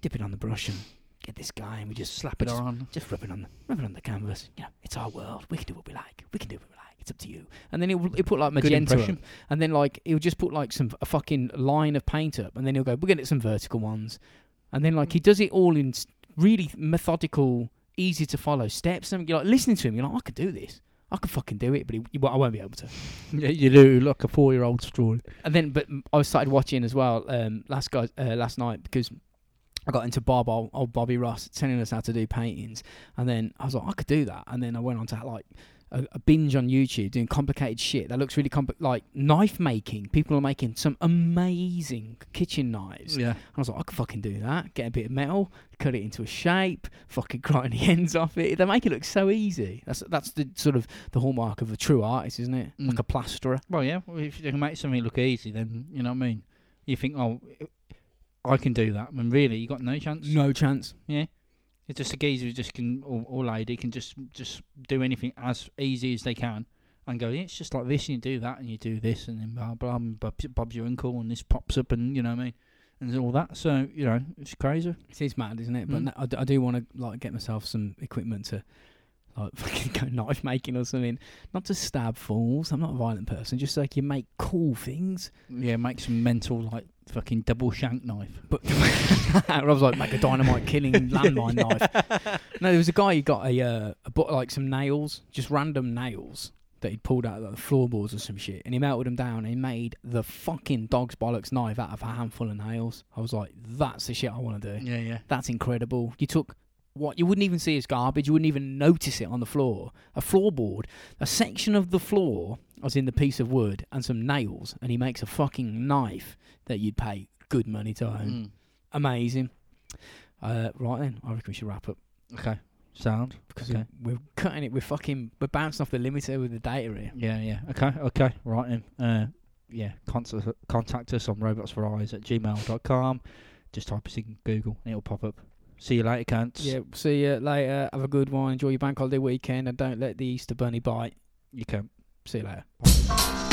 [SPEAKER 1] dip it on the brush and get this guy, and we just
[SPEAKER 2] slap
[SPEAKER 1] we
[SPEAKER 2] it
[SPEAKER 1] just
[SPEAKER 2] on.
[SPEAKER 1] just rubbing on the rubbing on the canvas. You know, it's our world. We can do what we like. We can do what we like. It's up to you. And then he'll, he'll put like
[SPEAKER 2] Good
[SPEAKER 1] magenta,
[SPEAKER 2] impression.
[SPEAKER 1] up, and then like he'll just put like some a fucking line of paint up, and then he'll go, "We're gonna get some vertical ones," and then like he does it all in s- really methodical, easy to follow steps. And you're like listening to him, you're like, "I could do this. I could fucking do it," but he, I won't be able to.
[SPEAKER 2] Yeah, you do like a four-year-old straw.
[SPEAKER 1] And then, but mm, I started watching as well um, last guy uh, last night because I got into Bob, old, old Bobby Ross, telling us how to do paintings. And then I was like, I could do that. And then I went on to like a, a binge on YouTube doing complicated shit that looks really compli like knife making. People are making some amazing kitchen knives.
[SPEAKER 2] Yeah,
[SPEAKER 1] And I was like, I could fucking do that. Get a bit of metal, cut it into a shape, fucking grind the ends off it. They make it look so easy. That's that's the sort of the hallmark of a true artist, isn't it?
[SPEAKER 2] Mm.
[SPEAKER 1] Like a plasterer.
[SPEAKER 2] Well, yeah. well, If you can make something look easy, then you know what I mean. You think, oh, I can do that. When really, you got no chance.
[SPEAKER 1] No chance.
[SPEAKER 2] Yeah. It's just a geezer who just can, or, or lady can just just do anything as easy as they can, and go. Yeah, it's just like this, and you do that, and you do this, and then blah blah. And Bob's, Bob's your uncle, and this pops up, and you know what I mean, and all that. So you know, it's crazy.
[SPEAKER 1] It is mad, isn't it? But
[SPEAKER 2] Mm.
[SPEAKER 1] no, I, d- I do want to like get myself some equipment to like fucking go knife making or something. Not to stab fools. I'm not a violent person. Just so I can make cool things.
[SPEAKER 2] Yeah, make some mental like fucking double shank knife.
[SPEAKER 1] But Rob's like make a dynamite killing landmine knife. No, there was a guy who got a uh, a bu- like some nails, just random nails that he'd pulled out of the floorboards or some shit, and he melted them down and he made the fucking dog's bollocks knife out of a handful of nails. I was like, that's the shit I want to do.
[SPEAKER 2] Yeah, yeah.
[SPEAKER 1] That's incredible. You took what you wouldn't even see as garbage. You wouldn't even notice it on the floor. A floorboard, a section of the floor, as in the piece of wood and some nails, and he makes a fucking knife that you'd pay good money to own.
[SPEAKER 2] Mm.
[SPEAKER 1] Amazing. Uh, right then, I reckon we should wrap up
[SPEAKER 2] Mm. Okay. Sound.
[SPEAKER 1] because
[SPEAKER 2] Okay.
[SPEAKER 1] we're cutting it. We're fucking we're bouncing off the limiter with the data here.
[SPEAKER 2] Yeah, yeah. Okay, okay. Right then. Uh, yeah, contact, contact us on robotsforeyes at gmail.com. Just type us in Google and it'll pop up. See you later, cunts.
[SPEAKER 1] Yeah. See you later. Have a good one. Enjoy your bank holiday weekend, and don't let the Easter bunny bite.
[SPEAKER 2] You can.
[SPEAKER 1] See you later.